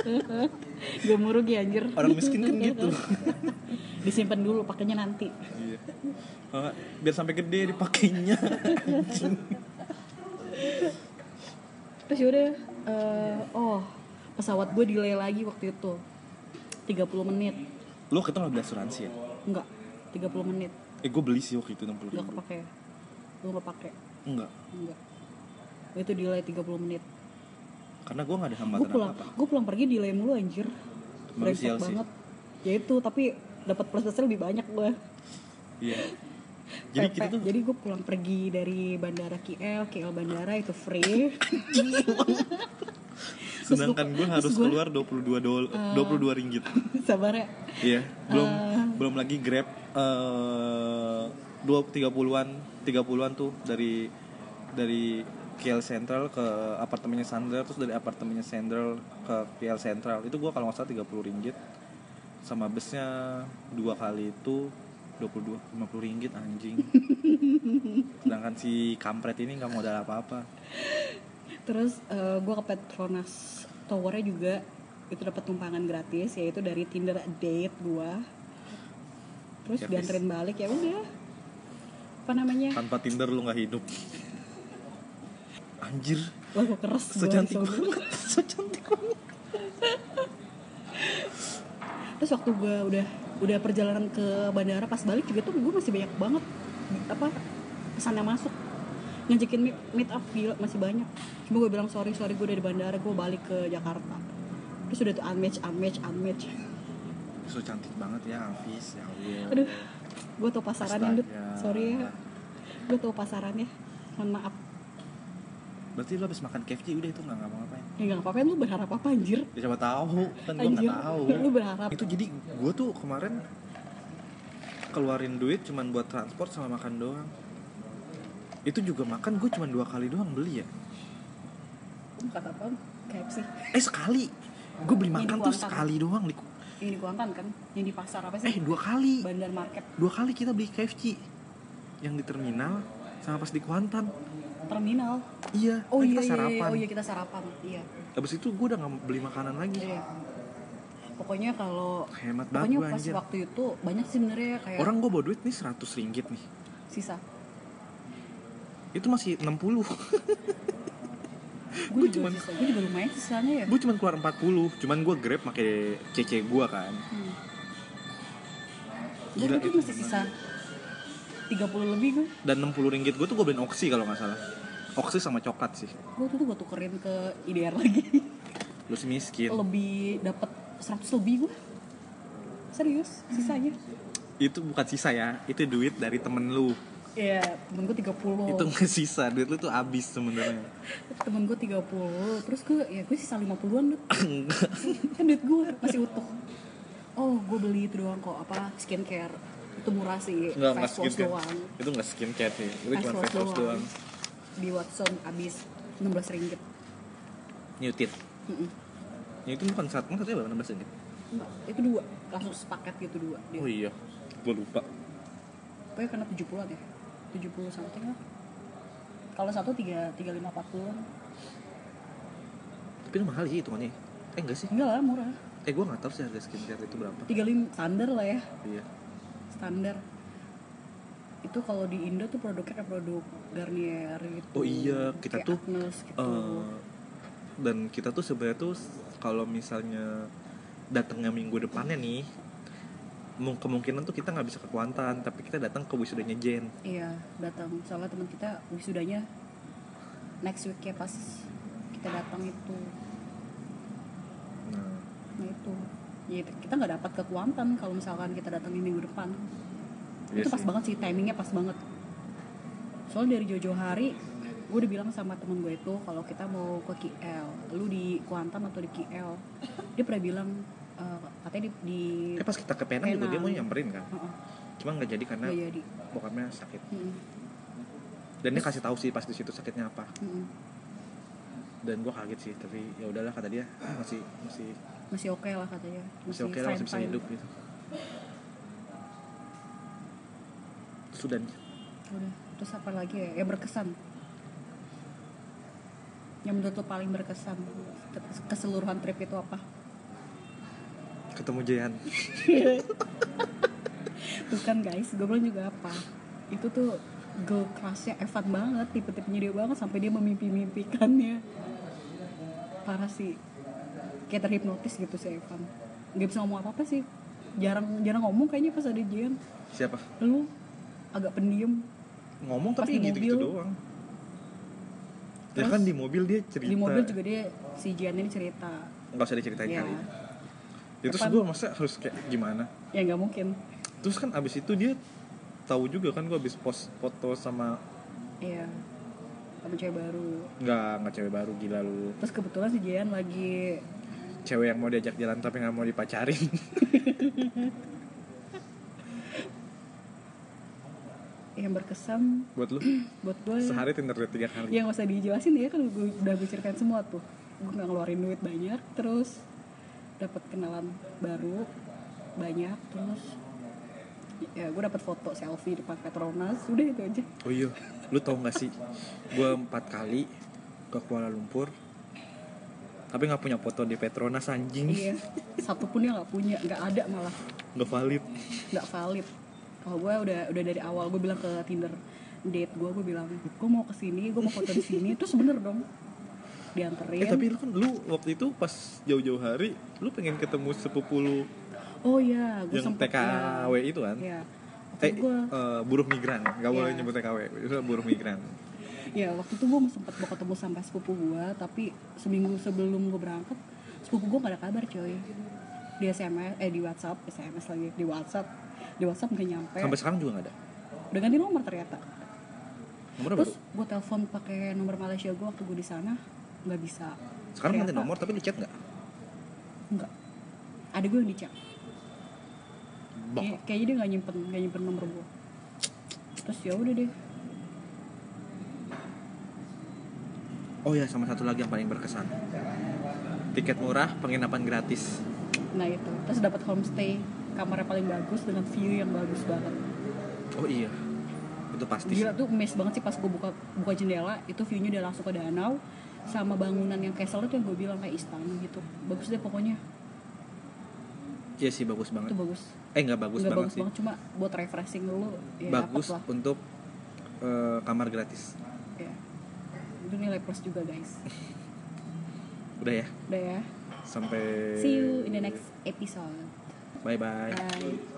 Speaker 2: gak mau rugi ya, anjir
Speaker 3: Orang miskin kan gitu
Speaker 2: disimpan dulu pakainya nanti
Speaker 3: Iya. Ah, Biar sampai gede dipakainya Anjing.
Speaker 2: terus yaudah eh, oh pesawat gue delay lagi waktu itu 30 menit
Speaker 3: Lu kita gak beli asuransi ya?
Speaker 2: enggak 30 menit
Speaker 3: Eh gue beli sih waktu itu 60
Speaker 2: gak
Speaker 3: ribu
Speaker 2: kepake gue gak pakai
Speaker 3: Enggak
Speaker 2: enggak itu delay 30 menit
Speaker 3: Karena gue gak ada
Speaker 2: gue
Speaker 3: hambatan
Speaker 2: pulang
Speaker 3: apa-apa
Speaker 2: gue pulang pergi delay mulu anjir
Speaker 3: Manusia
Speaker 2: Brengsek
Speaker 3: sih.
Speaker 2: banget ya itu tapi dapat prosesnya lebih banyak gue
Speaker 3: Iya Jadi kita tuh
Speaker 2: jadi gue pulang pergi dari bandara KL KL bandara itu free
Speaker 3: Sedangkan gue
Speaker 2: terus
Speaker 3: harus
Speaker 2: gua- Eh.
Speaker 3: keluar 22 dolar 22 ringgit
Speaker 2: sabar ya
Speaker 3: Iya Belum belum lagi grab eh dua tiga puluhan tiga puluhan tuh dari dari KL Central ke apartemennya Sandra terus dari apartemennya Sandra ke KL Central itu gua kalau nggak salah tiga puluh ringgit sama busnya dua kali itu 22 50 ringgit anjing sedangkan si kampret ini nggak modal apa-apa
Speaker 2: terus gue ke Petronas Towernya juga itu dapat tumpangan gratis yaitu dari Tinder date gue terus
Speaker 3: Gratis.
Speaker 2: dianterin balik ya udah apa namanya
Speaker 3: tanpa Tinder lu nggak hidup anjir
Speaker 2: Wah, gue keras gua
Speaker 3: secantik
Speaker 2: disobek.
Speaker 3: banget secantik banget
Speaker 2: Terus waktu gue udah udah perjalanan ke bandara pas balik juga tuh gue masih banyak banget apa pesan yang masuk ngajakin meet, meet up gila masih banyak cuma gue bilang sorry sorry gue dari bandara gue balik ke Jakarta terus udah tuh unmatch unmatch unmatch
Speaker 3: so cantik banget ya Hafiz ya Allah
Speaker 2: aduh gue tau pasarannya Dut.
Speaker 3: Astaga.
Speaker 2: sorry ya gue tau pasarannya mohon maaf
Speaker 3: berarti lo habis makan KFC udah itu nggak ngapa-ngapain
Speaker 2: ya nggak apa-apa lu berharap apa anjir
Speaker 3: ya siapa tahu kan gue
Speaker 2: Anjir,
Speaker 3: nggak tahu
Speaker 2: lu berharap.
Speaker 3: itu jadi gue tuh kemarin keluarin duit cuman buat transport sama makan doang itu juga makan gue cuman dua kali doang beli ya
Speaker 2: kata apa KFC
Speaker 3: eh sekali gue beli
Speaker 2: Ini
Speaker 3: makan tuh
Speaker 2: dikuangkan.
Speaker 3: sekali doang di
Speaker 2: yang di Kuantan kan yang di pasar apa
Speaker 3: eh
Speaker 2: sih
Speaker 3: dua kali
Speaker 2: bandar market
Speaker 3: dua kali kita beli KFC yang di terminal sama pas di Kuantan
Speaker 2: terminal
Speaker 3: iya
Speaker 2: oh
Speaker 3: kan
Speaker 2: iya,
Speaker 3: kita
Speaker 2: iya, iya
Speaker 3: sarapan
Speaker 2: oh iya kita sarapan iya
Speaker 3: abis itu gue udah nggak beli makanan lagi
Speaker 2: iya pokoknya kalau
Speaker 3: hemat banget
Speaker 2: pokoknya
Speaker 3: gue
Speaker 2: pas
Speaker 3: anjir
Speaker 2: waktu ya. itu banyak sih sebenarnya kayak
Speaker 3: orang gue bawa duit nih 100 ringgit nih
Speaker 2: sisa
Speaker 3: itu masih 60
Speaker 2: gue
Speaker 3: Gua
Speaker 2: juga
Speaker 3: cuman-
Speaker 2: sisa gue juga lumayan sisanya ya
Speaker 3: gue cuman keluar 40 cuman gue grab pakai cc gue kan
Speaker 2: hmm.
Speaker 3: Gila,
Speaker 2: gue
Speaker 3: itu
Speaker 2: masih sisa
Speaker 3: bener.
Speaker 2: 30 lebih gue
Speaker 3: dan 60 ringgit gue tuh gue beliin oksi kalau nggak salah oksi sama coklat sih
Speaker 2: gue tuh gue tukerin ke IDR lagi
Speaker 3: lu sih miskin
Speaker 2: Oh. lebih dapat 100 lebih gue serius sisanya
Speaker 3: itu bukan sisa ya itu duit dari temen lu
Speaker 2: Iya, temen gue 30
Speaker 3: itu nggak sisa duit lu tuh abis sebenarnya
Speaker 2: Temen gue 30 Terus gue, ya gue sisa 50-an Dut. Kan duit gue masih utuh Oh, gue beli itu doang kok, apa, skincare Itu murah sih,
Speaker 3: nggak nggak
Speaker 2: face wash
Speaker 3: skincare
Speaker 2: doang
Speaker 3: itu nggak skincare sih itu
Speaker 2: Face
Speaker 3: cuma
Speaker 2: wash
Speaker 3: face wash doang
Speaker 2: doang Di Watson abis 16 ringgit
Speaker 3: nyutit
Speaker 2: Mm-mm.
Speaker 3: ya itu bukan saat emang katanya berapa 16 ringgit
Speaker 2: Enggak, itu dua, langsung sepaket gitu dua dia.
Speaker 3: oh iya gue lupa
Speaker 2: Pokoknya kena 70-an ya 70 something lah Kalau satu 3, 35, 40
Speaker 3: tapi itu mahal sih hitungannya eh enggak sih
Speaker 2: Enggak lah, murah
Speaker 3: eh gue nggak tahu sih harga skincare itu berapa
Speaker 2: 35, standar lah ya
Speaker 3: iya
Speaker 2: standar itu kalau di Indo tuh produknya kayak produk Garnier gitu
Speaker 3: Oh iya, kita
Speaker 2: kayak
Speaker 3: tuh,
Speaker 2: Agnes gitu
Speaker 3: Eh, dan kita tuh sebenarnya tuh s- kalau misalnya datangnya minggu depannya nih mung- kemungkinan tuh kita nggak bisa ke Kuantan tapi kita datang ke wisudanya Jen
Speaker 2: iya datang soalnya teman kita wisudanya next week ya pas kita datang itu
Speaker 3: nah
Speaker 2: nah itu ya kita nggak dapat ke Kuantan kalau misalkan kita datangin minggu depan
Speaker 3: iya
Speaker 2: itu pas
Speaker 3: sih.
Speaker 2: banget sih timingnya pas banget soalnya dari Jojo hari gue udah bilang sama temen gue itu kalau kita mau ke KL lu di Kuantan atau di KL dia pernah bilang eh, katanya di, di-
Speaker 3: eh pas kita ke Penang juga dia
Speaker 2: Penang.
Speaker 3: mau nyamperin kan
Speaker 2: Heeh, iya,
Speaker 3: cuma nggak jadi karena
Speaker 2: nggak jadi
Speaker 3: bokapnya sakit
Speaker 2: Mm-mm,
Speaker 3: dan dia kasih tahu sih pas di situ sakitnya apa
Speaker 2: mm-mm.
Speaker 3: dan gue kaget sih tapi ya udahlah kata dia "Ah, masih masih
Speaker 2: masih oke lah katanya
Speaker 3: masih oke lah masih bisa
Speaker 2: fine-fine.
Speaker 3: hidup gitu sudah nih
Speaker 2: udah terus apa lagi ya ya berkesan yang menurut lo paling berkesan keseluruhan trip itu apa
Speaker 3: ketemu Jayan
Speaker 2: Tuh kan guys, gue bilang juga apa Itu tuh girl crushnya Evan banget Tipe-tipenya dia banget sampai dia memimpi-mimpikannya Parah sih Kayak terhipnotis gitu sih Evan Gak bisa ngomong apa-apa sih Jarang jarang ngomong kayaknya pas ada Jian
Speaker 3: siapa
Speaker 2: Lu agak pendiam
Speaker 3: ngomong
Speaker 2: Pas
Speaker 3: tapi
Speaker 2: di
Speaker 3: gitu gitu
Speaker 2: mobil.
Speaker 3: doang ya
Speaker 2: Terus?
Speaker 3: kan di mobil dia cerita
Speaker 2: Di mobil juga dia si Jian ini cerita
Speaker 3: nggak usah diceritain
Speaker 2: Ya,
Speaker 3: kali ya terus
Speaker 2: Depan.
Speaker 3: gue masa harus kayak gimana
Speaker 2: ya gak mungkin
Speaker 3: terus kan abis itu dia tahu juga kan gue abis post foto sama
Speaker 2: Iya sama cewek baru
Speaker 3: nggak nggak cewek baru gila lu
Speaker 2: Terus kebetulan si Jian lagi
Speaker 3: cewek yang mau diajak jalan tapi nggak mau dipacarin
Speaker 2: yang berkesan
Speaker 3: buat lu
Speaker 2: buat gue
Speaker 3: sehari tinder date tiga kali
Speaker 2: yang gak usah dijelasin ya kan gue udah gue ceritain semua tuh gue nggak ngeluarin duit banyak terus dapat kenalan baru banyak terus ya gue dapat foto selfie di depan Petronas udah itu aja
Speaker 3: oh iya lu tau nggak sih gue empat kali ke Kuala Lumpur tapi nggak punya foto di Petronas anjing
Speaker 2: iya satu pun dia nggak punya nggak ada malah
Speaker 3: nggak valid
Speaker 2: nggak valid kalau gue udah udah dari awal gue bilang ke Tinder date gue gue bilang gue mau kesini gue mau foto di sini terus bener dong dianterin
Speaker 3: Eh, tapi lu kan lu waktu itu pas jauh-jauh hari lu pengen ketemu sepupu lu
Speaker 2: oh iya gue
Speaker 3: yang
Speaker 2: sempet
Speaker 3: TKW itu kan.
Speaker 2: ya
Speaker 3: Eh,
Speaker 2: waktu gue
Speaker 3: eh, buruh migran, gak boleh
Speaker 2: Iya.
Speaker 3: nyebut TKW, itu buruh migran.
Speaker 2: ya waktu itu gue sempet mau ketemu sama sepupu gue tapi seminggu sebelum gue berangkat sepupu gue gak ada kabar coy di SMS eh di WhatsApp SMS lagi di WhatsApp di WhatsApp gak nyampe
Speaker 3: Sampai sekarang juga gak ada.
Speaker 2: udah ganti nomor ternyata
Speaker 3: Nomor baru.
Speaker 2: terus gue telepon pakai nomor Malaysia gue waktu gue di sana nggak bisa
Speaker 3: Sekarang ganti
Speaker 2: ternyata-
Speaker 3: nomor tapi di chat gak?
Speaker 2: nggak ada gue yang dicek
Speaker 3: Bang.
Speaker 2: Kayak- kayaknya dia nggak nyimpen nggak nyimpen nomor gue terus ya udah deh
Speaker 3: Oh ya, sama satu lagi yang paling berkesan. Tiket murah, penginapan gratis.
Speaker 2: nah itu terus dapat homestay kamarnya paling bagus dengan view yang bagus banget
Speaker 3: Oh iya. Itu pasti. sih.
Speaker 2: Gila tuh amazed banget sih pas gue buka buka jendela itu viewnya udah langsung ke danau sama bangunan yang castle itu yang gue bilang kayak istana gitu bagus deh pokoknya
Speaker 3: Iya sih bagus
Speaker 2: itu
Speaker 3: banget.
Speaker 2: bagus
Speaker 3: Eh nggak bagus
Speaker 2: nggak
Speaker 3: banget
Speaker 2: bagus
Speaker 3: sih.
Speaker 2: banget cuma buat refreshing dulu ya
Speaker 3: bagus
Speaker 2: dapet lah
Speaker 3: untuk eh, kamar gratis.
Speaker 2: ya. itu nilai plus juga guys
Speaker 3: Udah ya.
Speaker 2: udah ya
Speaker 3: Sampai
Speaker 2: see you in the next episode
Speaker 3: Bye bye.
Speaker 2: bye